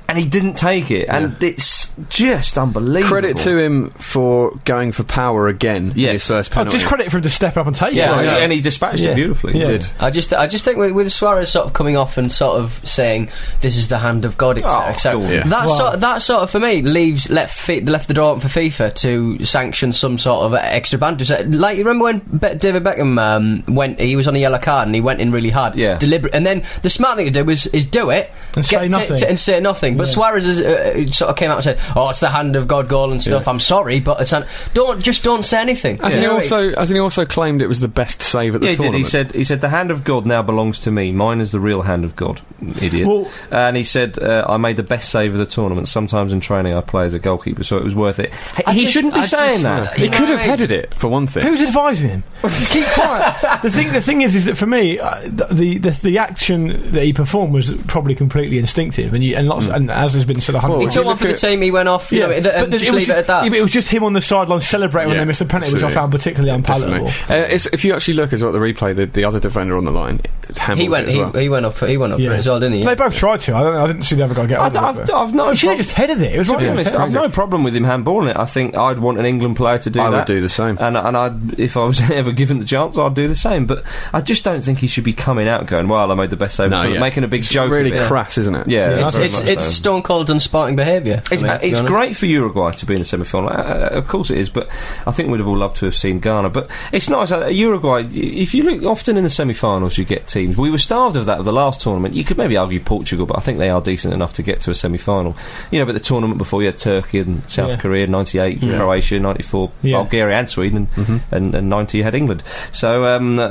S1: And he didn't take it, and it's just unbelievable.
S4: Credit to him for going for power again in
S1: Yes.
S4: his first
S3: oh,
S4: penalty.
S3: just credit for him to step up and take
S2: Yeah,
S3: it.
S1: And
S2: yeah.
S1: he- and he dispatched
S3: Yeah.
S1: it beautifully.
S3: Yeah.
S4: did.
S2: I just, I just think with, with Suarez sort of coming off and sort of saying this is the hand of God, etc.
S1: Oh,
S2: etc.
S1: God. Yeah.
S2: That
S3: Wow.
S2: sort, that sort of for me leaves left fi- left the door open for FIFA to sanction some sort of extra banter. So, Like you remember when Be- David Beckham um, went, he was on a yellow card and he went in really hard,
S1: Yeah.
S2: deliberate. And then the smart thing to do was is do it
S3: And say
S2: t-
S3: nothing.
S2: t- and say nothing. But Suarez is, uh, uh, sort of came out and said, oh, it's the hand of God, goal and stuff. I'm sorry, but it's an, don't just don't say anything.
S4: Hasn't
S2: You
S4: he
S2: know,
S4: also? Hasn't he also claimed it was the best save at the
S1: Yeah, he did.
S4: tournament?
S1: He said, he said, the hand of God now belongs to me. Mine is the real hand of God, idiot.
S3: Well-
S1: and he said, uh, I made the best save of the tournament. Sometimes in training I play as a goalkeeper, so it was worth it. H-
S2: I
S1: he
S2: just-
S1: shouldn't be
S2: I
S1: saying
S2: just-
S1: that.
S4: he
S2: You know what
S4: could have
S2: I mean?
S4: headed it for one thing.
S3: Who's advising him? Keep quiet. the thing, the thing is, is that for me, uh, the, the the action that he performed was probably completely instinctive, and you, and lots, and as has been said a hundred.
S4: Well,
S2: He
S3: times.
S2: took one for the team. He went off. You know, th- and
S3: but
S2: just
S3: was
S2: leave it at
S3: yeah,
S2: that.
S3: but it was just him on the sideline celebrating
S4: Yeah,
S3: when they missed the penalty, which I
S4: absolutely.
S3: found particularly unpalatable.
S4: Definitely. Uh, it's, if you actually look as well at the replay, the, the other defender on the line handles
S2: He went.
S4: it as
S2: He,
S4: well.
S2: he went up. For, he went up for
S3: Yeah.
S2: it as well, didn't he?
S3: They both tried to. I don't. know, I didn't see the other guy get
S1: I,
S3: on. with it,
S1: have
S3: but-
S1: I've no.
S3: He should have
S1: prob-
S3: just headed it. It was
S1: to
S3: right
S1: be
S3: on his
S1: honest,
S3: head.
S1: I've no problem with him handballing it. I think I'd want an England player to do
S4: I
S1: that.
S4: would do the same.
S1: And, and I'd, if I was ever given the chance, I'd do the same. But I just don't think he should be coming out going, "Well, I made the best save,"
S4: No,
S1: of the tournament,"
S4: yeah.
S1: making a big
S4: It's
S1: joke.
S4: really
S1: of it.
S4: crass, isn't it?
S1: Yeah,
S2: it's
S1: very
S2: it's,
S1: much
S2: it's
S1: so.
S2: stone cold and sporting behaviour. I
S1: It's,
S2: mean, to be
S1: it's
S2: honest.
S1: great for Uruguay to be in the semi final. Uh, of course it is, but I think we'd have all loved to have seen Ghana. But it's nice. Uh, Uruguay, y- if you look, often in the semi finals you get teams. We were starved of that of the last tournament. You could maybe argue Portugal, but I think they are decent enough to get to a semi final. You know, but the tournament before you had Turkey and South
S3: Yeah.
S1: Korea, 98,
S4: Yeah.
S1: Croatia, 94,
S3: Yeah.
S1: Bulgaria and Sweden,
S2: Mm-hmm.
S1: and, and 90 you had England. So, um, uh,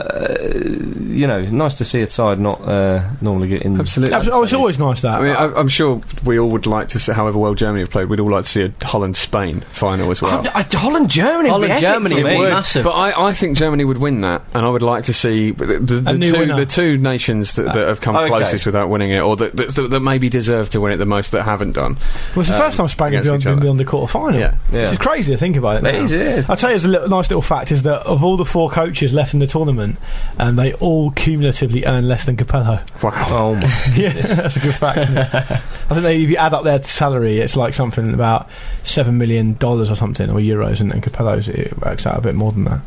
S1: you know, nice to see a side not uh, normally get in.
S4: Absolutely.
S3: Abs- Oh, it's always nice that.
S4: I mean, I, I'm sure we all would like to see, however well Germany have played, we'd all like to see a Holland Spain final as well.
S1: I, uh, Holland Germany, would be
S2: Holland,
S1: epic
S2: Germany
S1: for
S2: would be
S1: me.
S2: massive.
S4: But I, I think Germany would win that, and I would like to see the, the, the,
S3: new
S4: two,
S3: winner.
S4: the two nations that, that have come
S1: Oh, Okay.
S4: closest without winning it, or that, that, that, maybe deserve to win it the most that haven't done.
S3: Well, it's the
S4: um,
S3: first time Spain have
S4: against
S3: been
S4: each
S3: been
S4: other.
S3: beyond the quarter final.
S4: Yeah.
S1: Yeah.
S3: Which is crazy to think about it.
S1: That
S3: now.
S1: is, yeah.
S3: I'll tell you, it's a little, nice little fact is that of all the four coaches left in the tournament, um, they all cumulatively earn less than Capello.
S4: Wow.
S1: Oh my
S3: yeah, that's a good fact. isn't it? I think they, if you add up their salary, it's like something about $7 million or something, or euros, and, and Capello's, it works out a bit more than that.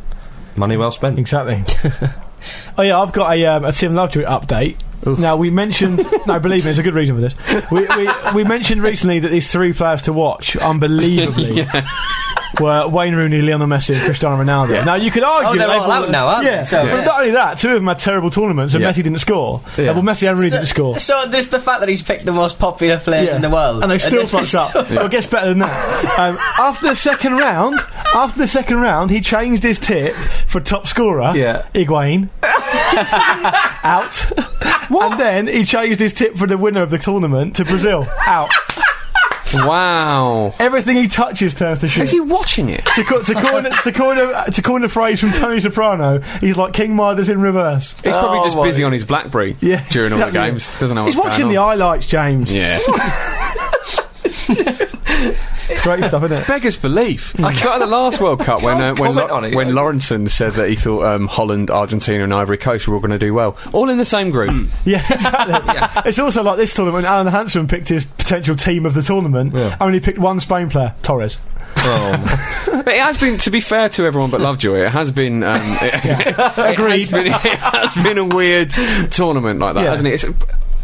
S1: Money well spent.
S3: Exactly. oh yeah, I've got a, um, a Tim Lovejoy update. Now we mentioned. no, believe me, it's a good reason for this. We, we, we mentioned recently that these three players to watch, unbelievably. Were Wayne Rooney, Lionel Messi, and Cristiano Ronaldo. Now you could argue
S2: Oh, they're
S3: they've
S2: all out now, aren't they?
S3: yeah.
S2: So-
S3: But not only that, two of them had terrible tournaments, and
S4: Yeah.
S3: Messi didn't score.
S4: Yeah.
S3: Uh, well, Messi and Rooney didn't score.
S2: So there's the fact that he's picked the most popular players
S3: Yeah.
S2: in the world,
S3: And they've still
S2: then
S3: fucked
S2: still-
S3: up. Well, it gets better than that. Um, after the second round, after the second round, he changed his tip for top scorer,
S4: Yeah.
S3: Higuain. out. And then he changed his tip for the winner of the tournament to Brazil. Out.
S4: Wow.
S3: Everything he touches turns to shit.
S4: Is he watching it?
S3: to, co- to, coin, to, coin a, to coin a phrase from Tony Soprano, he's like King Midas in reverse.
S4: He's probably
S1: Oh
S4: just
S1: my-
S4: busy on his BlackBerry
S3: Yeah,
S4: during all the
S3: exactly.
S4: games. Doesn't know
S3: He's
S4: what's
S3: watching
S4: going
S3: the
S4: on.
S3: highlights, James.
S4: Yeah.
S3: Great stuff, isn't it?
S4: Beggars belief. It's like the last World Cup when uh, when
S1: comment
S4: Lo-
S1: on it,
S4: when
S1: yeah.
S4: Lawrenson said that he thought um, Holland, Argentina, and Ivory Coast were all going to do well, all in the same group.
S3: Yeah, exactly. It's also like this tournament. Alan Hansen picked his potential team of the tournament.
S1: Yeah.
S3: Only picked one Spain player, Torres.
S4: but it has been, to be fair to everyone but Lovejoy, it has been. Um, it,
S3: Agreed.
S4: Has been, it has been a weird tournament like that,
S3: Yeah.
S4: hasn't it? It's,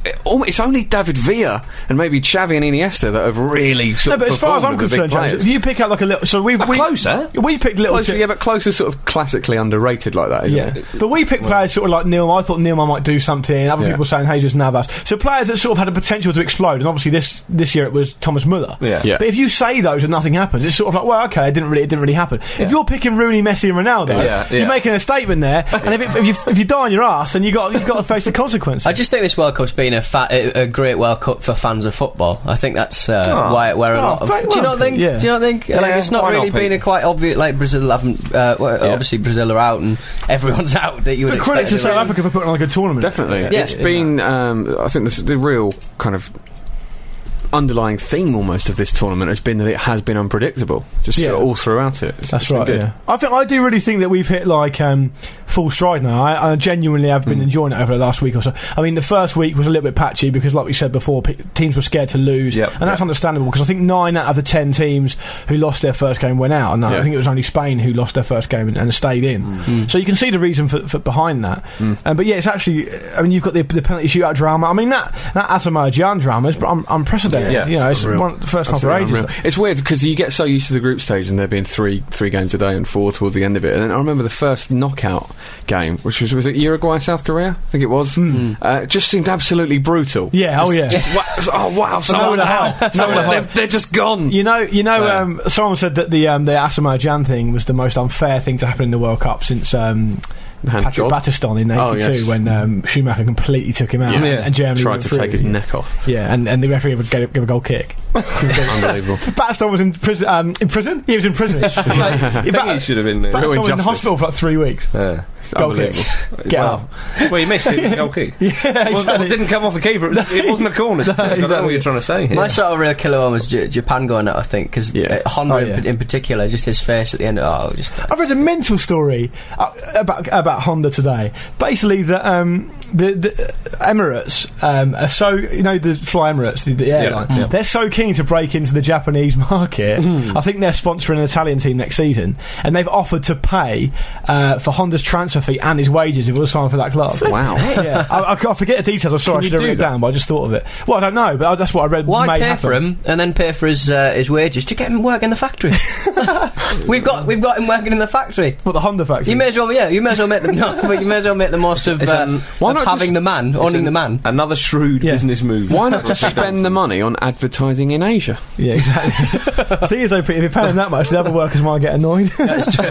S4: it, al- it's only David Villa and maybe Xavi and Iniesta that have really
S3: No,
S4: sort
S3: but
S4: of
S3: as far as I'm
S4: performed with the big
S3: concerned, James,
S4: players.
S3: if you pick out like a little, so we've
S1: But
S3: we,
S1: closer?
S3: We picked little.
S4: Closer,
S3: chi-
S4: yeah, but closer, sort of classically underrated like that, isn't
S3: yeah.
S4: it?
S3: but we picked players sort of like Neil. I thought Neil might do something. Other
S4: Yeah.
S3: people saying Jesus Navas. So players that sort of had a potential to explode. And obviously this this year it was Thomas Muller.
S1: Yeah.
S4: Yeah.
S3: But if you say those and nothing happens, it's sort of like, well, okay, it didn't really, it didn't really happen. If you're picking Rooney, Messi, and Ronaldo,
S1: Yeah, yeah.
S3: you're making a statement there. And if, it, if you if you die on your ass, then you got you got to face the consequences.
S2: I just think this World Cup's been a, fa- a a great World Cup for fans of football. I think that's uh,
S1: Oh.
S2: why it where a
S3: Oh,
S2: lot of.
S3: thank
S2: Do you not
S3: well,
S2: think?
S3: yeah.
S2: Do you not think? like
S1: Yeah,
S2: it's not
S1: why not,
S2: really been a
S1: Pete?
S2: quite obvious. Like Brazil haven't. Uh, well,
S4: Yeah.
S2: Obviously, Brazil are out and everyone's out. That you would
S3: But critics of
S2: expect.
S3: South Africa for putting on a good tournament.
S4: Definitely.
S2: Yeah.
S4: it's
S2: Yeah.
S4: been, um, I think, this, the real kind of underlying theme almost of this tournament has been that it has been unpredictable, just
S3: Yeah.
S4: all throughout it. It's- it's
S3: That's
S4: been
S3: right.
S4: good.
S3: Yeah. I think I do really think that we've hit like um, full stride now. I, I genuinely have
S4: Hmm.
S3: been enjoying it over the last week or so. I mean, the first week was a little bit patchy because, like we said before, pe teams were scared to lose,
S1: Yep.
S3: and that's
S1: Yep.
S3: understandable because I think nine out of the ten teams who lost their first game went out, and I
S4: Yeah. Hmm.
S3: think it was only Spain who lost their first game and, and stayed in. So you can see the reason for, for behind that. Um, but yeah, it's actually. I mean, you've got the, the penalty shootout drama. I mean, that that Asamoah Gyan drama is pr- un- unprecedented.
S4: Yeah,
S3: you know,
S4: it's
S3: it's
S4: unreal.
S3: one, the first time for
S4: Absolutely
S3: ages.
S4: unreal. It's weird because you get so used to the group stage and there being three three games a day and four towards the end of it. And I remember the first knockout game, which was was it Uruguay South Korea? I think it was. Uh, just seemed absolutely brutal.
S3: Hmm. Yeah,
S4: Just-
S3: oh, yeah.
S4: just wa- oh wow! Someone's
S3: the hell.
S4: out. Someone, they're, they're just gone.
S3: You know, you know.
S4: Yeah.
S3: Um, someone said that the um, the Asamoah Jan thing was the most unfair thing to happen in the World Cup since um,
S4: Hand
S3: Patrick
S4: job.
S3: Battiston in '82
S4: Oh, yes.
S3: when um, Schumacher completely took him out
S4: Yeah.
S3: and, and Germany
S4: tried
S3: went
S4: to
S3: through.
S4: take his neck off.
S3: Yeah, and, and the referee would give, give a goal kick.
S4: Unbelievable.
S3: Battiston was in prison. Um, in prison? He was in prison. like,
S1: I think he should have been there.
S4: Real
S3: Battiston was in the
S4: injustice.
S3: hospital for like three weeks.
S1: Yeah.
S4: It's
S3: Goal kick.
S4: unbelievable.
S3: Get
S1: Wow.
S3: up.
S1: Well, he missed it. It was a goal kick. well,
S3: exactly.
S1: it didn't come off the keeper. It, was, it wasn't a corner. I don't know what you're trying to say. here.
S2: My sort of real killer one was J- Japan going out, I think, because
S4: Yeah.
S2: uh, Honda
S3: Oh,
S2: in-
S3: yeah.
S2: in, particular, just his face at the end. Oh, just
S3: I've read a mental story uh, about about Honda today. Basically, that um, the, the Emirates um, are so you know the Fly Emirates, the, the airline.
S1: yeah.
S3: They're so keen to break into the Japanese market. I think they're sponsoring an Italian team next season, and they've offered to pay uh, for Honda's transfer fee and his wages if he was signed for that club.
S4: Wow.
S3: yeah, I, I can't- I forget the details. I saw. I
S4: you
S3: should have
S4: do
S3: written it
S4: that?
S3: down, but I just thought of it. Well, I don't know, but I, that's what I read.
S2: Why
S3: may
S2: pay
S3: happen.
S2: for him and then pay for his uh, his wages to get him work in the factory? we've got we've got him working in the factory.
S3: What the Honda factory?
S2: You may as well yeah, you may as well make the no, but you may as well make the most of,
S1: It's
S2: uh,
S1: an-
S4: why
S2: of
S4: not
S2: having
S4: just-
S2: the man,
S1: It's
S2: owning
S1: an-
S2: the man.
S1: Another shrewd
S3: Yeah.
S1: business move.
S4: Why not just spend the money on advertising in Asia?
S3: yeah, exactly. See, as though if you pay him that much, the other workers might get annoyed.
S2: That's true.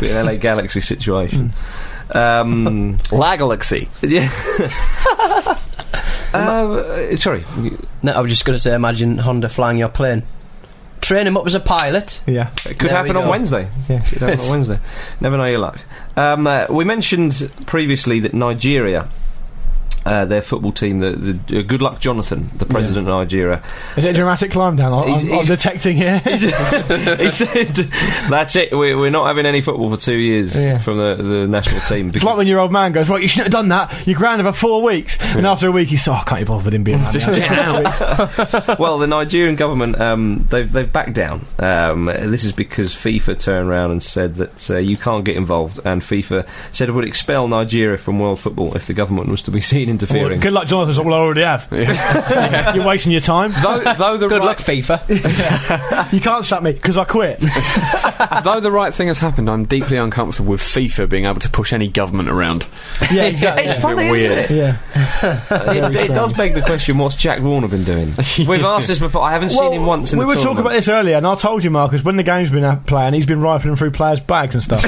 S1: Bit of LA Galaxy situation. Um,
S4: Lagalaxy.
S1: yeah. Um, uh, sorry.
S2: No, I was just going to say, imagine Honda flying your plane. Train him up as a pilot.
S3: yeah.
S1: It could
S2: There
S1: happen
S2: we
S1: on
S2: go.
S1: Wednesday.
S3: Yeah.
S1: Could happen on Wednesday. Never know your luck. Um, uh, we mentioned previously that Nigeria. Uh, their football team, the, the uh, Good Luck Jonathan, the president of Nigeria,
S3: Is it a dramatic climb down? I'm,
S1: He's-
S3: I'm- I'm
S1: he's-
S3: detecting here.
S1: he said, "That's it. We're, we're not having any football for two years
S3: Yeah.
S1: from the, the national team."
S3: it's like when your old man goes, right, you shouldn't have done that. You're grounded for four weeks. And after a week, he's like, oh, I can't be bothered with him being Just
S4: get out.
S1: well, the Nigerian government um, they've they've backed down. Um, this is because FIFA turned around and said that uh, you can't get involved, and FIFA said it would expel Nigeria from world football if the government was to be seen interfering.
S3: Good luck, Jonathan's like, well, I already have. You're wasting your time.
S4: though, though the
S2: Good
S4: right,
S2: luck, FIFA.
S3: You can't sack me because I quit.
S4: though the right thing has happened, I'm deeply uncomfortable with FIFA being able to push any government around.
S3: yeah, exactly.
S4: It's funny, weird. isn't it?
S3: Yeah.
S1: it, it
S3: fair.
S1: does beg the question: What's Jack Warner been doing? We've asked this before. I haven't
S3: Well,
S1: seen him once. In the
S3: we were talking about
S1: tournament.
S3: this earlier, and I told you, Marcus, when the game's been out playing, he's been rifling through players' bags and stuff.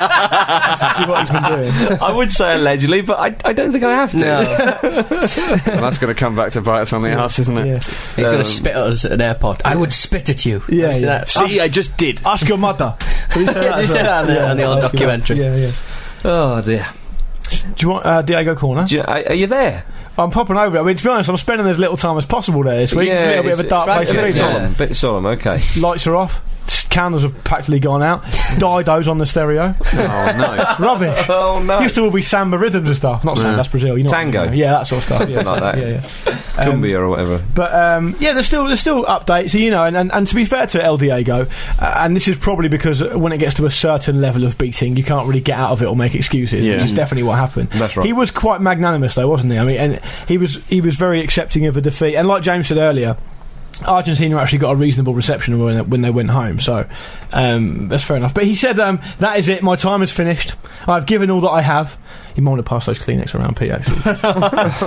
S3: That's what he's been doing.
S1: I would say allegedly, but I, I don't think I have to.
S2: No,
S4: Well, that's going to come back to bite us on the ass, isn't it?
S3: Yeah.
S2: he's going to spit at us at an airport. I would spit at you. Did
S3: Yeah,
S2: you see
S3: yeah.
S2: that?
S4: See, I just did.
S3: Ask your mother. Did you say that
S2: Did you
S3: as
S2: say
S3: well?
S2: that on the- on the old
S3: ask your-
S2: documentary?
S3: Yeah, yeah.
S1: Oh dear.
S3: Do you want uh, Diego Corner?
S1: Do you- are, are you there?
S3: I'm popping over. I mean, to be honest, I'm spending as little time as possible there this week. it's a little bit of a dark place
S2: it's
S3: to be.
S2: right,
S1: bit
S2: yeah.
S3: but
S1: solemn. Bit solemn. Okay.
S3: Lights are off. s- Candles have practically gone out. Dido's on the stereo.
S4: Oh no.
S3: Rubbish.
S1: Oh no.
S3: Used to all be samba rhythms and stuff. Not samba,
S4: Yeah.
S3: that's Brazil. You know what I mean,
S1: Tango.
S3: you know. yeah, that sort of stuff.
S1: Something
S3: yeah.
S1: like that.
S3: Yeah, yeah.
S1: Cumbia or whatever.
S3: But um, yeah, there's still there's still updates, you know, and, and, and to be fair to El Diego, uh, and this is probably because when it gets to a certain level of beating, you can't really get out of it or make excuses.
S4: Yeah.
S3: Which is definitely what happened.
S1: That's right.
S3: He was quite magnanimous, though, wasn't he? I mean, and he was he was very accepting of a defeat, and like James said earlier. Argentina actually got a reasonable reception when they, when they went home, so um, that's fair enough. But he said, um, "That is it. My time is finished. I've given all that I have." You might want to pass those Kleenex around, Pete. Actually,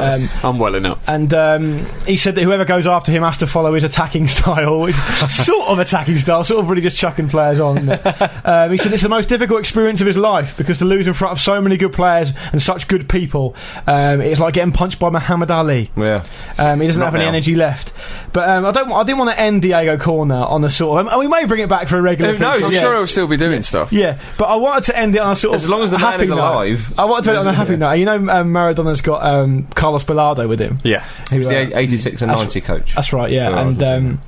S3: um,
S4: I'm well enough.
S3: and um, he said that whoever goes after him has to follow his attacking style, which sort of attacking style, sort of really just chucking players on. isn't it? um, he said it's the most difficult experience of his life because to lose in front of so many good players and such good people, um, it's like getting punched by Muhammad Ali.
S1: Yeah.
S3: Um, he doesn't
S1: Not
S3: have any
S1: now.
S3: energy left. But um, I don't. I didn't want to end Diego Corner on a sort of. and we may bring it back for a regular.
S1: Who knows?
S3: feature.
S4: I'm
S1: yeah.
S4: sure I'll still be doing stuff.
S3: Yeah, but I wanted to end it on a sort
S1: As
S3: of
S1: long as the man
S3: happy
S1: is
S3: note.
S1: alive.
S3: I wanted to end it on a happy
S1: Yeah.
S3: note. You know, um, Maradona's got um, Carlos Bilardo with him.
S4: Yeah.
S1: He was
S3: Who, uh,
S1: the eight- 86 and
S3: that's-
S1: 90 coach.
S3: That's right, yeah.
S1: For
S3: and um,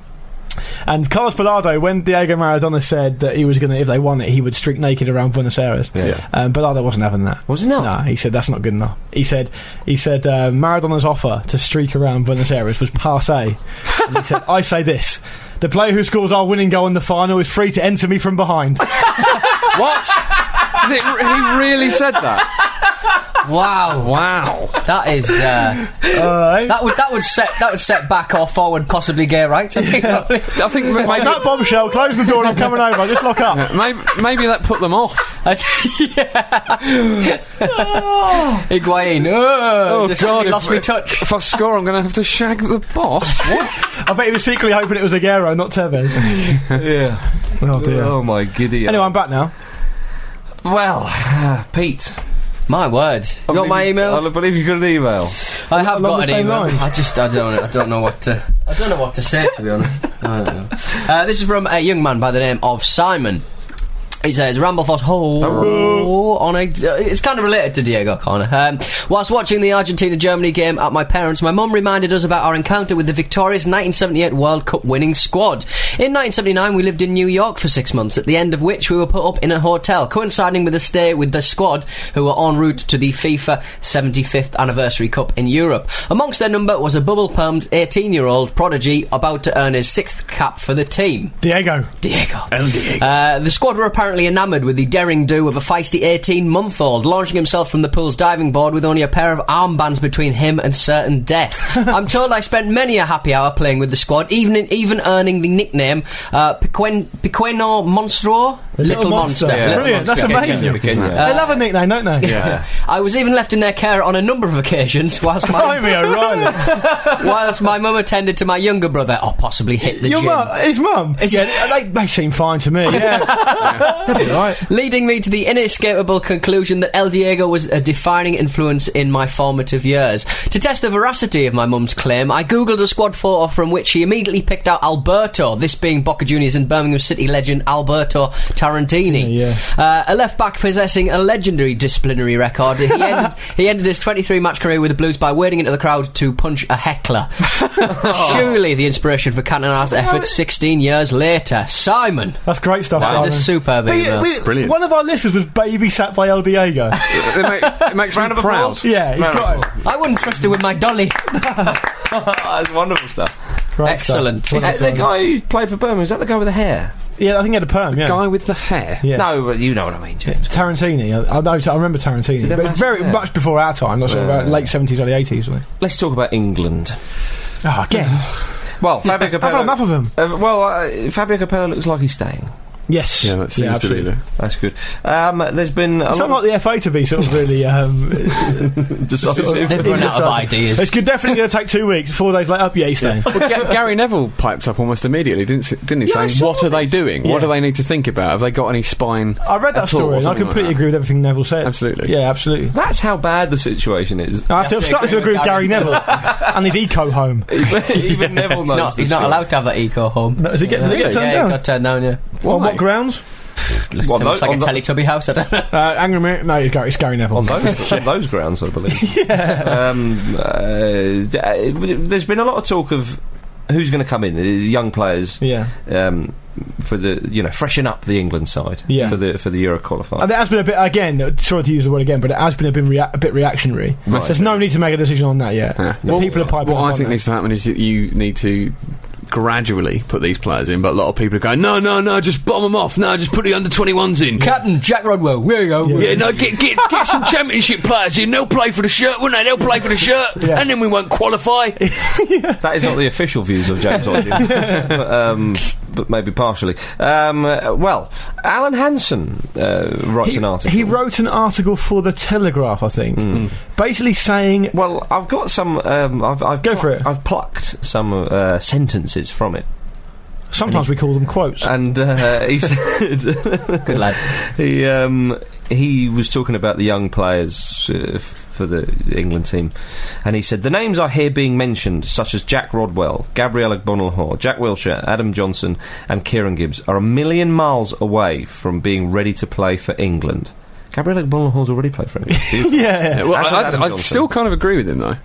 S3: and Carlos Bilardo, when Diego Maradona said that he was going to, if they won it, he would streak naked around Buenos Aires.
S1: Yeah.
S3: Um, Bilardo wasn't having that.
S1: Was it not?
S3: Nah, he said that's not good enough. He said he said uh, Maradona's offer to streak around Buenos Aires was passe. and he said, I say this: the player who scores our winning goal in the final is free Uh, to enter me from behind.
S4: What? Is it- he really said that?
S2: Wow,
S4: Wow.
S2: that is uh,
S3: Alright.
S2: that would that would set that would set back or forward possibly gay rights. I think probably.
S4: I think ma-
S3: On
S4: maybe,
S3: that bombshell, close the door and I'm coming over. Just lock up.
S4: maybe, Uh, maybe that put them off.
S2: I t- yeah. Higuain. Oh, just suddenly
S4: if-
S2: lost me touch.
S4: If I score, I'm going to have to shag the boss. What?
S3: I bet he was secretly hoping it was Aguero, not Tevez.
S1: yeah.
S3: Oh dear.
S1: Oh my giddy.
S3: Anyway, I'm back now.
S1: Well, Pete.
S2: My word. You got my email?
S1: I believe you got an email.
S2: I have
S3: Along
S2: got an
S3: the same
S2: email.
S3: line.
S2: I just I don't I don't know what to I don't know what to say to be honest. I don't know. Uh, this is from a young man by the name of Simon. He says, Ramblefos ho on a, uh, it's kind of related to Diego Connor. Um, whilst watching the Argentina Germany game at my parents, my mum reminded us about our encounter with the victorious 1978 World Cup winning squad. In 1979, we lived in New York for six months, at the end of which we were put up in a hotel, coinciding with a stay with the squad who were en route to the FIFA 75th Anniversary Cup in Europe. Amongst their number was a bubble pumped 18 year old prodigy about to earn his sixth cap for the team.
S3: Diego.
S2: Diego. Uh, the squad were apparently enamoured with the daring do of a feisty 18 month old, launching himself from the pool's diving board with only a pair of armbands between him and certain death. I'm told I spent many a happy hour playing with the squad, even even earning the nickname uh, Pequen- Pequeno Monstro? Little, Monster.
S1: Yeah.
S2: Little
S3: Brilliant.
S2: Monster.
S1: Yeah,
S3: That's
S1: Kenya,
S3: amazing.
S1: Kenya.
S3: they love a nickname, don't they?
S1: Yeah.
S2: I was even left in their care on a number of occasions whilst my,
S3: Blimey, O'Reilly.
S2: whilst my mum attended to my younger brother, or possibly hit the
S3: Your
S2: gym.
S3: mum. His mum.
S2: Is-
S3: Yeah, they, they seem fine to me. Yeah. That'd be right.
S2: leading me to the inescapable conclusion that El Diego was a defining influence in my formative years. To test the veracity of my mum's claim, I googled a squad photo from which she immediately picked out Alberto, this being Boca Juniors and Birmingham City legend Alberto Tarantini.
S3: Yeah,
S2: Uh, a left back possessing a legendary disciplinary record, he ended, he ended his 23 match career with the Blues by wading into the crowd to punch a heckler. Surely the inspiration for Cantona's efforts 16 years later. Simon!
S3: That's great stuff,
S2: That
S3: Simon.
S2: is a superb
S3: But
S2: email.
S3: yeah, we-
S4: Brilliant.
S3: One of our listeners was babysat by El Diego.
S4: It, ma- it makes me proud.
S3: yeah, he's
S4: Round of
S3: got him.
S2: I wouldn't trust her with my dolly.
S1: That's wonderful stuff.
S3: Great
S2: Excellent.
S3: stuff.
S1: Is that
S3: Wonderful.
S1: the guy who played for Birmingham? Is that the guy with the hair?
S3: Yeah, I think he had a perm. Yeah.
S4: Guy with the hair.
S3: Yeah.
S1: No, but you know what I mean, James.
S3: Tarantini. I, I know. I remember Tarantini.
S1: they
S3: But it's
S1: mention
S3: very
S1: that?
S3: much before our time. Like sort of
S1: Yeah.
S3: about late seventies, early eighties.
S1: Let's talk about England.
S3: Oh, again.
S1: Well, Fabio
S3: I've had enough
S1: Capello.
S3: of them.
S1: Uh, well, uh, Fabio Capello looks like he's staying.
S3: Yes.
S4: Yeah, that seems to be
S3: absolutely.
S4: the.
S1: That's good. Um, there's been a
S3: It's
S1: lot.
S3: not like the FA to be sort of really. Um,
S2: They've run out of ideas.
S3: it's good, definitely going to take two weeks. Four days later, yeah, he's staying.
S4: Well, Ga- Gary Neville piped up almost immediately, didn't, s- didn't he?
S3: Yeah, I
S4: saying,
S3: saw
S4: "What are they doing? What
S3: Yeah.
S4: do they need to think about? Have they got any spine?"
S3: I read that
S4: At all,
S3: story, and I
S4: something like
S3: completely
S4: that.
S3: agree with everything Neville said.
S4: Absolutely.
S3: Yeah, absolutely.
S1: That's how bad the situation is.
S3: I have to, I'm starting to agree with Gary Neville and his eco home.
S1: Even Neville
S2: He's
S1: knows.
S2: not,
S1: this
S2: he's not
S1: guy.
S2: allowed to have that eco home.
S3: No, does it get, does it
S2: yeah,
S3: get turned
S2: it
S3: down?
S2: got turned down, yeah.
S3: On
S1: Why?
S3: what grounds?
S2: Looks
S1: Well,
S2: too
S1: no-
S2: much like
S1: on
S2: a
S1: the-
S2: Teletubby house, I don't know.
S3: Uh, hang on a minute. No, it's Gary, it's Gary Neville.
S1: on those, on those grounds, I believe. Um, uh, d- uh, there's been a lot of talk of who's going to come in, uh, young players,
S3: Yeah.
S1: um, for the you know freshen up the England side
S3: Yeah.
S1: for the for the Euro qualifier.
S3: And it has been a bit, again, sorry to use the word again, but it has been a bit, rea- a bit reactionary.
S4: Right.
S3: There's no need to make a decision on that yet.
S4: Yeah.
S3: The
S4: Well,
S3: people are piping up
S4: What I
S3: on
S4: think
S3: that.
S4: needs to happen is that you need to gradually put these players in, but a lot of people are going, "No, no, no, just bomb them off. No, just put the under twenty ones in."
S2: Captain Jack Rodwell, where you go?
S4: Yeah, no, get, get, get some championship players in. They'll play for the shirt, won't they? They'll play for the shirt,
S3: Yeah.
S4: and then we won't qualify.
S1: That is not the official views of James Hodgson, but, um, but maybe partially. Um, uh, well, Alan Hansen uh, writes an article.
S3: He wrote an article for The Telegraph, I think, basically saying.
S1: Well, I've got some. Um, I've, I've
S3: Go
S1: pluck-
S3: for it.
S1: I've plucked some uh, sentences from it,
S3: Sometimes we call them quotes.
S1: and uh, he said
S2: Good lad.
S1: he um, he was talking about the young players uh, f- for the England team, and he said the names are here being mentioned, such as Jack Rodwell, Gabriel Agbonlahor, Jack Wilshire, Adam Johnson, and Kieran Gibbs, are a million miles away from being ready to play for England. Gabriel Agbonlahor's already played for England.
S3: yeah.
S4: Well,
S1: As has
S4: I,
S1: Adam
S4: I, I
S1: Johnson.
S4: still kind of agree with him though.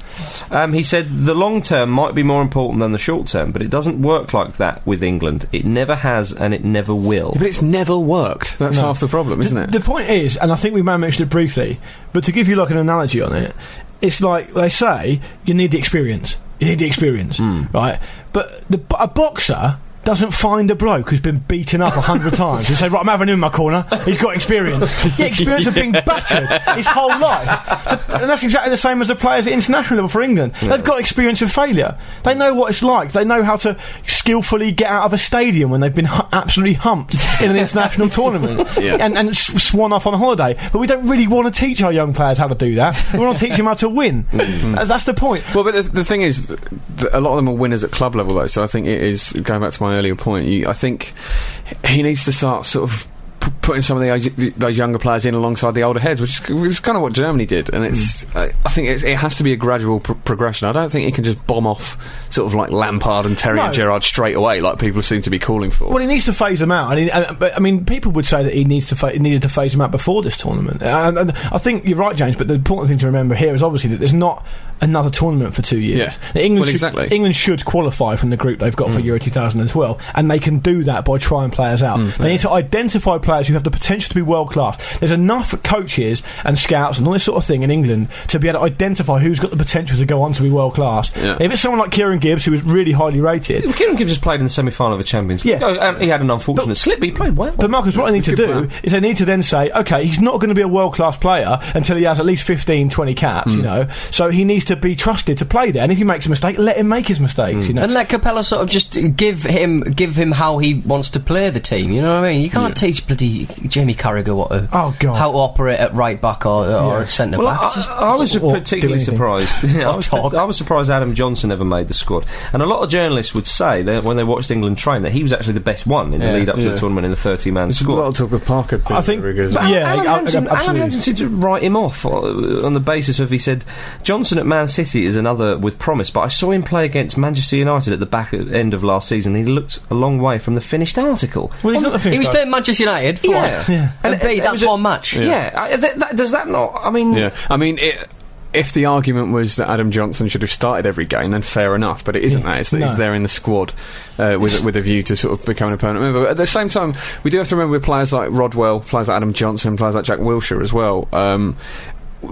S1: Um, he said the long term might be more important than the short term, but it doesn't work like that with England. It never has, and it never will.
S4: But it's never worked. That's half the problem, isn't it?
S3: The point is, and I think we may have mentioned it briefly, but to give you like an analogy on it, it's like they
S4: Hmm.
S3: say you need the experience. You need the experience, right? But the, a boxer doesn't find a bloke who's been beaten up a hundred times and say, right, I'm having him in my corner. He's got experience. He experience of being battered his whole life. So- and that's exactly the same as the players at international level for England. They've got experience of failure. They know what it's like. They know how to skillfully get out of a stadium when they've been hu- absolutely humped in an international tournament
S4: Yeah.
S3: and, and s- swan off on holiday. But we don't really want to teach our young players how to do that. We want to teach them how to win. That's- That's the point.
S4: Well, but the, the thing is, th- th- a lot of them are winners at club level, though. So I think it is going back to my earlier point. You, I think he needs to start sort of p- putting some of the, those younger players in alongside the older heads, which is, which is kind of what Germany did. And it's,
S3: Hmm.
S4: I, I think it's, it has to be a gradual pr- progression. I don't think he can just bomb off sort of like Lampard and Terry
S3: No.
S4: and Gerrard straight away, like people seem to be calling for.
S3: Well, he needs to phase them out. I mean, uh, but, I mean people would say that he needs to fa- he needed to phase them out before this tournament. Uh, And, and I think you're right, James. But the important thing to remember here is obviously that there's not another tournament for two years.
S4: Yeah.
S3: That England
S4: Well,
S3: should,
S4: exactly. Mm.
S3: England should qualify from the group they've got for Euro 2012, and they can do that by trying players out.
S4: Mm,
S3: they need to identify players who have the potential to be world class. There's enough coaches and scouts and all this sort of thing in England to be able to identify who's got the potential to go on to be world class.
S4: Yeah.
S3: If it's someone like Kieran Gibbs, who is really highly rated,
S1: Kieran Gibbs has played in the semi final of a Champions League.
S3: Yeah.
S1: Oh, and he had an unfortunate slip, but he played well.
S3: But Marcus, what they need to
S4: Good
S3: do
S4: plan.
S3: is they need to then say, okay, he's not going to be a world class player until he has at least 15, 20 caps, you know. So he needs to be trusted to play there. And if he makes a mistake, let him make his mistakes, you know.
S2: And let Capella sort of just give him give him how he wants to play the team. You know what I mean? You can't teach bloody Jamie Carragher what to,
S3: Oh, God.
S2: how to operate at right back or, or at centre
S1: Well,
S2: back.
S1: I,
S2: It's just-
S1: I- I was
S3: or do
S1: particularly
S3: anything.
S1: surprised. Yeah, I,
S2: Or
S1: was,
S2: talk.
S1: I was surprised Adam Johnson ever made the squad. And a lot of journalists would say that when they watched England train that he was actually the best one in
S2: Yeah.
S1: the lead up to
S4: Yeah.
S1: the tournament in the 30 man
S4: There's a lot
S1: squad.
S4: of talk of Parker. being
S3: I think-
S4: very good, isn't
S3: but-
S4: there?
S3: Yeah,
S1: Alan,
S3: I- I-
S1: Hansen, Alan
S3: absolutely.
S1: Hansen seemed to write him off uh, on the basis of he said Johnson at Man City is another with promise, but I saw him play against Manchester United at the back of- end of last season. He looked a long way from the finished article.
S3: well, he's not the
S2: he
S3: finished
S2: was
S3: guy.
S2: playing Manchester United. For
S1: Yeah.
S2: what? And,
S1: it-
S2: B,
S1: it
S2: that's
S1: was a-
S2: one match.
S1: Oh, Yeah, I, th- that, does that not? I mean,
S4: Yeah, I mean, it, if the argument was that Adam Johnson should have started every game, then fair enough. But it isn't that; it's that
S3: No.
S4: he's there in the squad uh, with with a view to sort of becoming a permanent member. But at the same time, we do have to remember with players like Rodwell, players like Adam Johnson, players like Jack Wilshire as well. Um,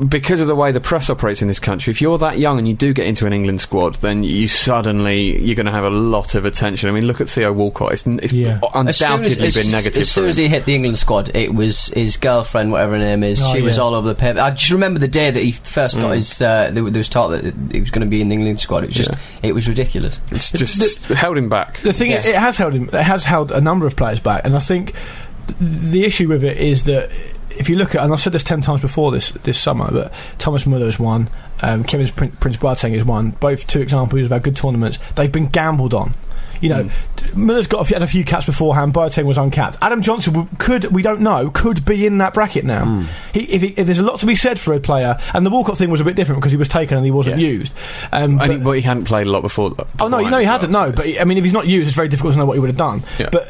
S4: because of the way the press operates in this country, if you're that young and you do get into an England squad, then you suddenly you're going to have a lot of attention. I mean, look at Theo Walcott; it's, n- it's
S3: Yeah.
S2: As soon as-
S4: undoubtedly
S2: as-
S4: been negative.
S2: As
S4: for
S2: soon
S4: him.
S2: as he hit the England squad, it was his girlfriend, whatever her name is.
S3: Oh,
S2: she was
S3: yeah.
S2: all over the paper. I just remember the day that he first
S4: Mm.
S2: got his. Uh, there, was- there was talk that he was going to be in the England squad. It was just, it was ridiculous.
S4: it's just held him back.
S3: The thing is,
S2: Yes.
S3: it has held him. It has held a number of players back, and I think th- the issue with it is that if you look at, and I've said this ten times before this this summer, but Thomas Muller is one, um, Kevin's Prin- Prince Boateng is one. Both two examples of our good tournaments. They've been gambled on. You know, t-
S4: Mm.
S3: Muller's got a few, had a few caps beforehand. Boateng was uncapped. Adam Johnson w- could we don't know could be in that bracket now.
S4: Mm.
S3: He, if, he, if there's a lot to be said for a player, and the Walcott thing was a bit different because he was taken and he wasn't
S4: Yeah.
S3: used. Um,
S4: And
S3: but-
S4: he, well, he hadn't played a lot before. that-
S3: Oh no, you
S4: beforehand
S3: know he
S4: as
S3: hadn't.
S4: well,
S3: No,
S4: so
S3: but
S4: it's-
S3: I mean, if he's not used, it's very difficult to know what he would have done.
S4: Yeah.
S3: But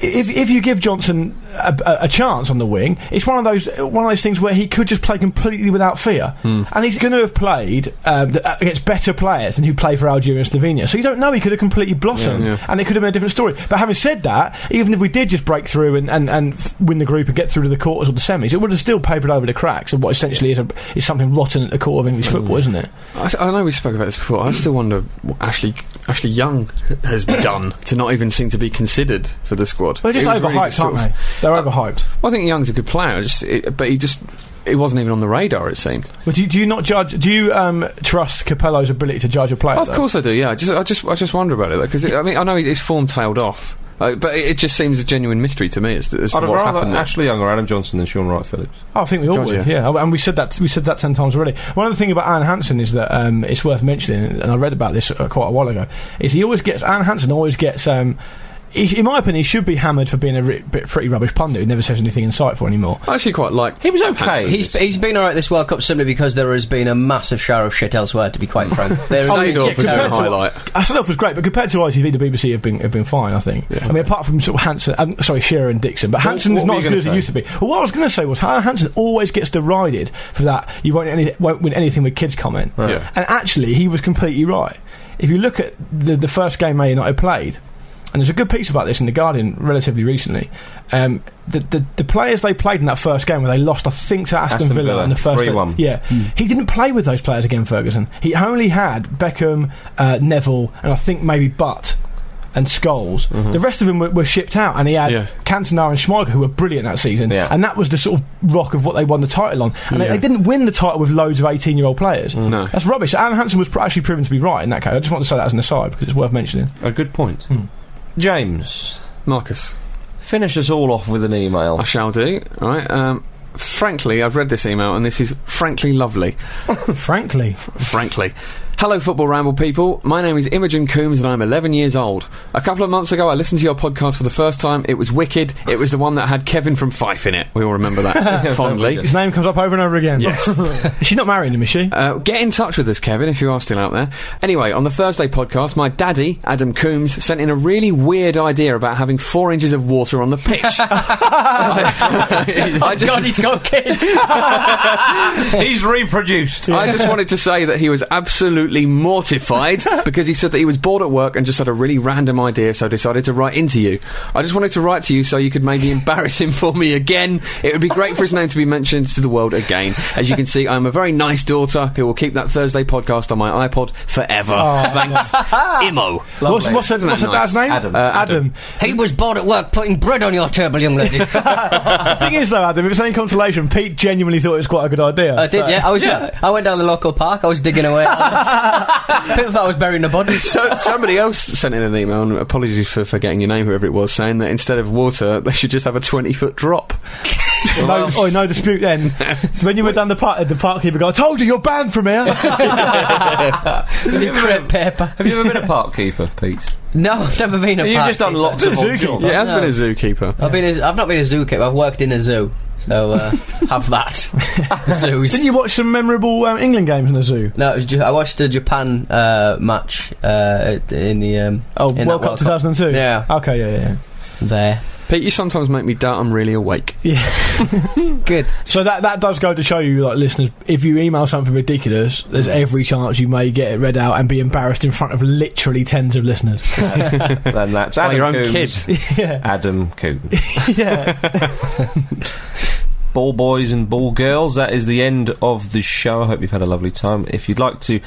S3: if if you give Johnson a, a, a chance on the wing, it's one of those one of those things where he could just play completely without fear,
S4: Hmm.
S3: and he's going to have played um, th- against better players than who play for Algeria and Slovenia. So you don't know he could have completely blossomed,
S4: Yeah, yeah.
S3: and it could have been a different story. But having said that, even if we did just break through and, and, and f- win the group and get through to the quarters or the semis, it would have still papered over the cracks of what essentially is a, is something rotten at the core of English
S4: Mm.
S3: football, isn't it?
S4: I, s- I know we spoke about this before. I still wonder what Ashley Ashley Young has done to not even seem to be considered for the squad.
S3: They're just
S4: It was
S3: overhyped,
S4: really just sort
S3: aren't
S4: of-
S3: they? They're overhyped.
S4: Well, I think Young's a good player, just it, but he just it wasn't even on the radar. It seemed.
S3: But do, you- do you not judge? Do you um, trust Capello's ability to judge a player?
S4: of
S3: though?
S4: course I do. Yeah, I just I just I just wonder about it because I mean I know his form tailed off, uh, but it, it just seems a genuine mystery to me as, to- as
S1: I'd
S4: to
S1: have
S4: what's
S1: rather
S4: happened. there.
S1: Ashley Young or Adam Johnson than Sean Wright Phillips.
S3: Oh, I think we all
S4: God,
S3: would.
S4: yeah.
S3: Yeah. and we said that we said that ten times already. One other thing about Anne Hansen is that um, it's worth mentioning, and I read about this uh, quite a while ago. Is he always gets Anne Hansen always gets. Um, he, in my opinion, he should be hammered for being a ri- bit pretty rubbish pundit who never says anything insightful anymore.
S4: I actually quite like.
S1: He was okay.
S2: He's, he's been alright this World Cup simply because there has been a massive shower of shit elsewhere, to be quite frank. There has been
S4: Seedorf
S2: shit
S3: compared
S4: was doing
S3: to-
S2: elsewhere.
S4: highlight.
S3: Hasselhoff was great, but compared to ITV, the BBC have been have been fine. I think. I mean, apart from sort of Hansen, um, sorry, Shearer and Dixon, but Hansen
S1: what
S3: is
S1: were
S3: not
S1: you
S3: as good
S1: gonna
S3: as he
S1: say?
S3: used to be. Well, what I was going to say was Han- Hansen always gets derided for that. You won't, any, won't win anything with kids comment.
S4: Yeah.
S3: And actually, he was completely right. If you look at the the first game Man United played, and there's a good piece about this in the Guardian relatively recently. Um, the, the the players they played in that first game where they lost, I think, to Aston,
S1: Aston Villa,
S3: in the first
S1: 3-1.
S3: Yeah, he didn't play with those players again, Ferguson. He only had Beckham, uh, Neville, and I think maybe Butt. and Skulls. The rest of them were, were shipped out, and he had
S4: Mm-hmm. Yeah.
S3: Cantona and Schmeichel, who were brilliant that season.
S1: Yeah.
S3: And that was the sort of rock of what they won the title on. And they,
S4: Yeah. Mm.
S3: they didn't win the title with loads of 18 year old players.
S4: No.
S3: That's rubbish. Alan Hansen was pr- actually proven to be right in that case. I just want to say that as an aside because it's worth mentioning.
S1: A good point. James,
S4: Marcus.
S1: finish us all off with an email.
S4: I shall do. All right. Um, frankly, I've read this email and this is frankly lovely.
S3: Frankly,
S4: frankly. Hello, Football Ramble people. My name is Imogen Coombs and I'm 11 years old. A couple of months ago, I listened to your podcast for the first time. It was wicked. It was the one that had Kevin from Fife in it. We all remember that fondly.
S3: his name comes up over and over again.
S4: Yes.
S3: She's not marrying him, is she?
S4: Uh, get in touch with us, Kevin, if you are still out there. Anyway, on the Thursday podcast, my daddy, Adam Coombs, sent in a really weird idea about having four inches of water on the pitch. I, I just-
S2: God, he's got kids.
S1: He's reproduced.
S4: I just wanted to say that he was absolutely mortified because he said that he was bored at work and just had a really random idea, so decided to write into you. I just wanted to write to you so you could maybe embarrass him for me again. It would be great for his name to be mentioned to the world again. As you can see, I'm a very nice daughter who will keep that Thursday podcast on my iPod forever. Thanks, Imo.
S3: what's
S2: Lovely.
S3: what's, her-
S4: Isn't
S3: what's
S4: that
S3: her
S4: nice?
S3: dad's name?
S1: Adam. Uh,
S3: Adam.
S2: he was bored at work putting bread on your table, young lady.
S3: The thing is, though, Adam, if it's any consolation, Pete genuinely thought it was quite a good idea.
S2: I did,
S3: So-
S2: yeah. I was. Down, I went down the local park. I was digging away. People thought I was burying a body.
S4: So, somebody else sent in an email, and apologies for forgetting your name, whoever it was, saying that instead of water, they should just have a 20 foot drop.
S3: No, oh, no dispute then. when you were down the park, the park keeper got, I told you, you're banned from here.
S2: Crepe paper.
S1: Have you ever been a park keeper, Pete?
S2: No, I've never been a
S1: You've
S2: park
S1: just done
S2: keeper.
S1: lots of odd
S3: Zookeeper.
S1: jobs.
S4: Yeah, it has
S2: no.
S4: been a zookeeper.
S2: I've been. A, I've not been a zookeeper. I've worked in a zoo, so uh, have that. Zoos.
S3: Didn't you watch some memorable um, England games in the zoo?
S2: No, it was, Ja- I watched the Japan uh, match uh, in the um,
S3: Oh,
S2: in that
S3: World Cup 2002?
S2: Yeah.
S3: Okay, yeah, yeah.
S2: there.
S4: Pete, you sometimes make me doubt I'm really awake.
S2: Good.
S3: So that, that does go to show you, like, listeners, if you email something ridiculous, there's
S2: Mm.
S3: every chance you may get it read out and be embarrassed in front of literally tens of listeners.
S1: Then that's
S4: By
S1: Adam
S4: your own
S1: Coombs.
S4: kids.
S3: yeah.
S1: Adam Coombs.
S3: yeah.
S1: ball boys and ball girls, that is the end of the show. I hope you've had a lovely time. If you'd like to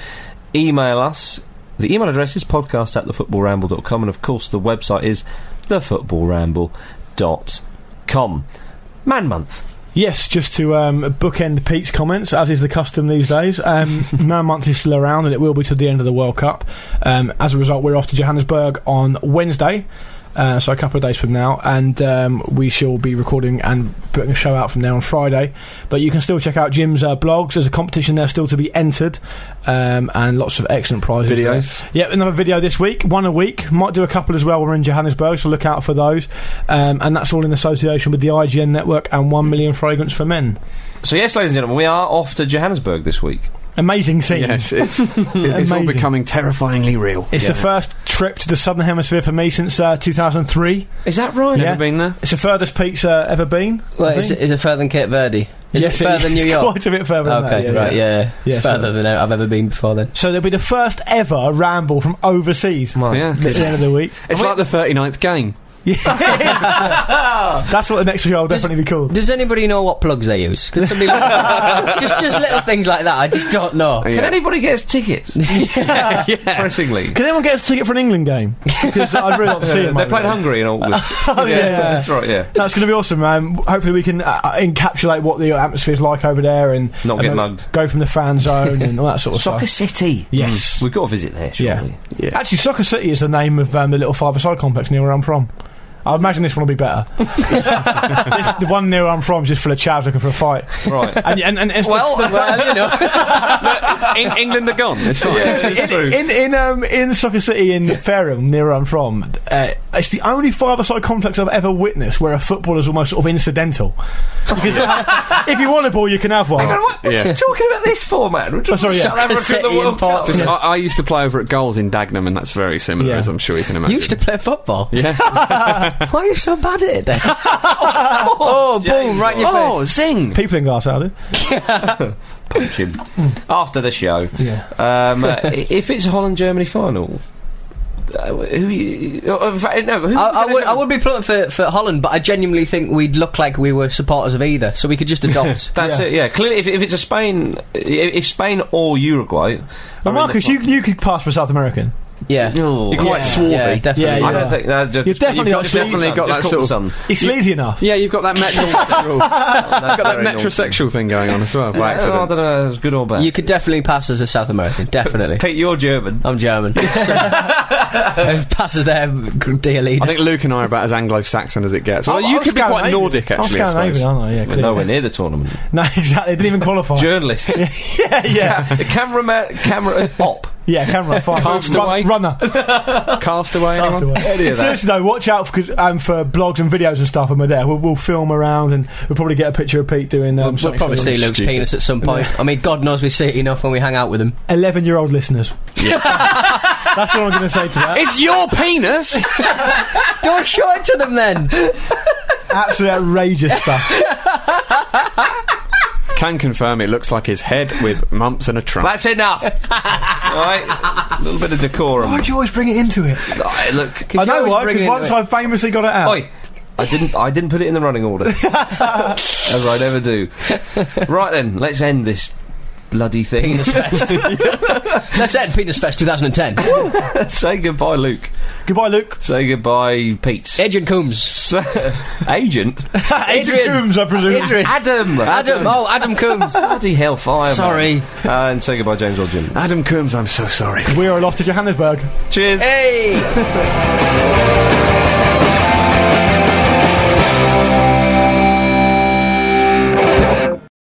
S1: email us, the email address is podcast at thefootballramble.com, and of course, the website is thefootballramble.com. Man month.
S3: Yes, just to um, bookend Pete's comments, as is the custom these days. Um, Man Month is still around, and it will be till the end of the World Cup. Um, as a result, we're off to Johannesburg on Wednesday, uh, so a couple of days from now, and um, we shall be recording and putting a show out from there on Friday. But you can still check out Jim's uh, blogs. There's a competition there still to be entered, um, and lots of excellent prizes.
S4: Videos.
S3: Yep, another video this week, one a week. Might do a couple as well. when We're in Johannesburg, so look out for those. Um, and that's all in association with the IGN network and One Million Fragrance for Men.
S1: So, yes, ladies and gentlemen, we are off to Johannesburg this week.
S3: Amazing scene.
S4: Yes, it's, it's all
S3: Amazing.
S4: becoming terrifyingly real.
S3: It's the first trip to the Southern Hemisphere for me since uh, 2003.
S1: Is that right?
S3: Yeah.
S4: Never been there?
S3: It's the furthest Pete's uh, ever been. I
S2: Well, is,
S3: think.
S2: it- is it further than Cape Verde? Is
S3: Yes,
S2: it further than
S3: it's
S2: New York?
S3: Quite a bit further than
S2: Okay,
S3: that, yeah,
S2: right,
S3: yeah.
S2: yeah. yeah.
S3: Yeah,
S2: further
S3: so-
S2: than I've ever been before then.
S3: So there'll be the first ever ramble from overseas at
S1: My
S4: Yeah.
S3: the end of the week.
S4: It's like the 39th game.
S3: Yeah. That's what the next show will
S2: Just-
S3: definitely be called.
S2: Does anybody know what plugs they use? 'Cause somebody- just, just little things like that. I just don't know.
S1: Can anybody get us tickets? Pressingly. Uh,
S3: Can anyone get us a ticket for an England game? Because I'd really like to see it.
S1: they
S3: mate.
S1: played Hungary in August.
S3: Oh, yeah.
S1: That's right, yeah.
S3: That's going to be awesome. Um, hopefully, we can uh, uh, encapsulate what the atmosphere's like over there and
S1: Not
S3: and
S1: get
S3: then
S1: mugged.
S3: Go from the fan zone and all that sort of
S1: Soccer
S3: stuff.
S1: City.
S3: Yes.
S1: We've got to visit there, surely.
S3: Yeah. Actually, Soccer City is the name of um, the little five-a-side complex near where I'm from. I imagine this one will be better. this, the one near where I'm from is just full of chavs looking for a fight.
S1: Right.
S3: And, and, and it's
S1: Well,
S2: Well, you know.
S1: Eng- England are gone. It's fine.
S3: in, in, in, um, in Soccer City in Fareham, near where I'm from, uh, it's the only five-a-side complex I've ever witnessed where a football is almost sort of incidental. Because if you want a ball, you can have one.
S1: Hang on, what, what are
S4: Yeah.
S1: you talking about this for, man? We're
S3: Oh, sorry, yeah.
S1: South Africa in
S2: City
S1: the World
S2: and
S1: Cup.
S4: Just-
S2: Yeah.
S4: I, I used to play over at goals in Dagenham, and that's very similar,
S3: Yeah.
S4: as I'm sure you can imagine.
S2: You used to play football.
S4: Yeah.
S2: Why are you so bad at it then? oh, boom! Right in your
S4: oh,
S2: face.
S4: zing!
S3: People in glass, are
S1: Jim. After the show.
S3: Yeah.
S1: Um, uh, i- if it's a Holland Germany final, uh, who, you- uh, in fact, no, who
S2: I, I, would, I would be pulling for, for Holland, but I genuinely think we'd look like we were supporters of either, so we could just adopt.
S1: That's
S3: Yeah.
S1: it. Yeah, clearly, if, if it's a Spain, i- if Spain or Uruguay, are in the
S3: Marcus,
S1: fi-
S3: you, you could pass for South American.
S2: Yeah.
S1: Ooh.
S4: You're quite
S3: Yeah.
S4: swarthy.
S2: Yeah, definitely.
S3: Yeah,
S1: I
S3: yeah.
S1: don't think no, just,
S3: You've definitely
S1: got,
S3: got
S1: you've definitely
S4: sleeves on,
S1: got that
S4: just
S1: sort of
S4: caught the
S3: He's sleazy enough.
S4: Yeah, you've got that metrosexual, got
S1: That's
S4: that
S1: very naughty.
S4: metrosexual thing going on as well.
S1: I
S4: By
S1: don't know, I
S4: accident.
S1: don't know, it's good or bad.
S2: You could definitely pass as a South American. Definitely.
S1: Pete, you're German.
S2: I'm German. So, uh, passes their dear
S4: I
S2: leader.
S4: think Luke and I are about as Anglo-Saxon as it gets. Well,
S3: I'm-
S4: you
S3: I'm
S4: could be quite
S3: Scandinavian.
S4: Nordic,
S3: I'm
S4: actually. I
S3: Scandinavian,
S4: suppose.
S3: aren't I? Yeah, clearly.
S1: Nowhere near the tournament.
S3: No, exactly. Didn't even qualify.
S1: Journalist.
S3: yeah, yeah,
S1: the cameraman, camera op.
S3: yeah. Camera, fine.
S4: Castaway.
S3: Run, runner.
S4: Castaway, anyone?
S3: Castaway.
S4: Any of that?
S3: Seriously though, watch out for, um, for blogs and videos and stuff. And we're there. We'll, we'll film around, and we'll probably get a picture of Pete doing. Um,
S2: We'll
S3: something
S2: probably
S3: for
S2: see
S3: them.
S2: Luke's
S4: Stupid.
S2: penis at some point. I mean, God knows we see it enough when we hang out with him.
S3: Eleven-year-old listeners. That's all I'm going to say to that.
S4: It's your penis.
S2: Don't show it to them then!
S3: Absolutely outrageous stuff.
S4: Can confirm it looks like his head with mumps and a trunk.
S1: That's enough. All right, a little bit of decorum.
S3: do you always bring it into it?
S1: Aye, look,
S3: I
S2: you
S3: know
S2: always
S3: why.
S2: bring it
S3: Because
S2: into
S3: once
S2: it.
S3: I famously got it out.
S1: Oi, I didn't. I didn't put it in the running order, as I never do. Right then, let's end this bloody thing.
S2: Penis Fest. That's it, Penis Fest 2010.
S1: Say goodbye, Luke.
S3: Goodbye, Luke.
S1: Say goodbye, Pete.
S2: Adrian
S1: S-
S2: Coombs.
S1: Agent
S3: Adrian,
S2: Adrian.
S3: Coombs, I presume.
S2: Adrian.
S1: Adam.
S2: Adam. Oh, Adam Coombs.
S1: Bloody hellfire! man.
S2: Sorry.
S1: and say goodbye, James or Jim.
S4: Adam Coombs, I'm so sorry.
S3: We are lost to Johannesburg.
S1: Cheers.
S2: hey!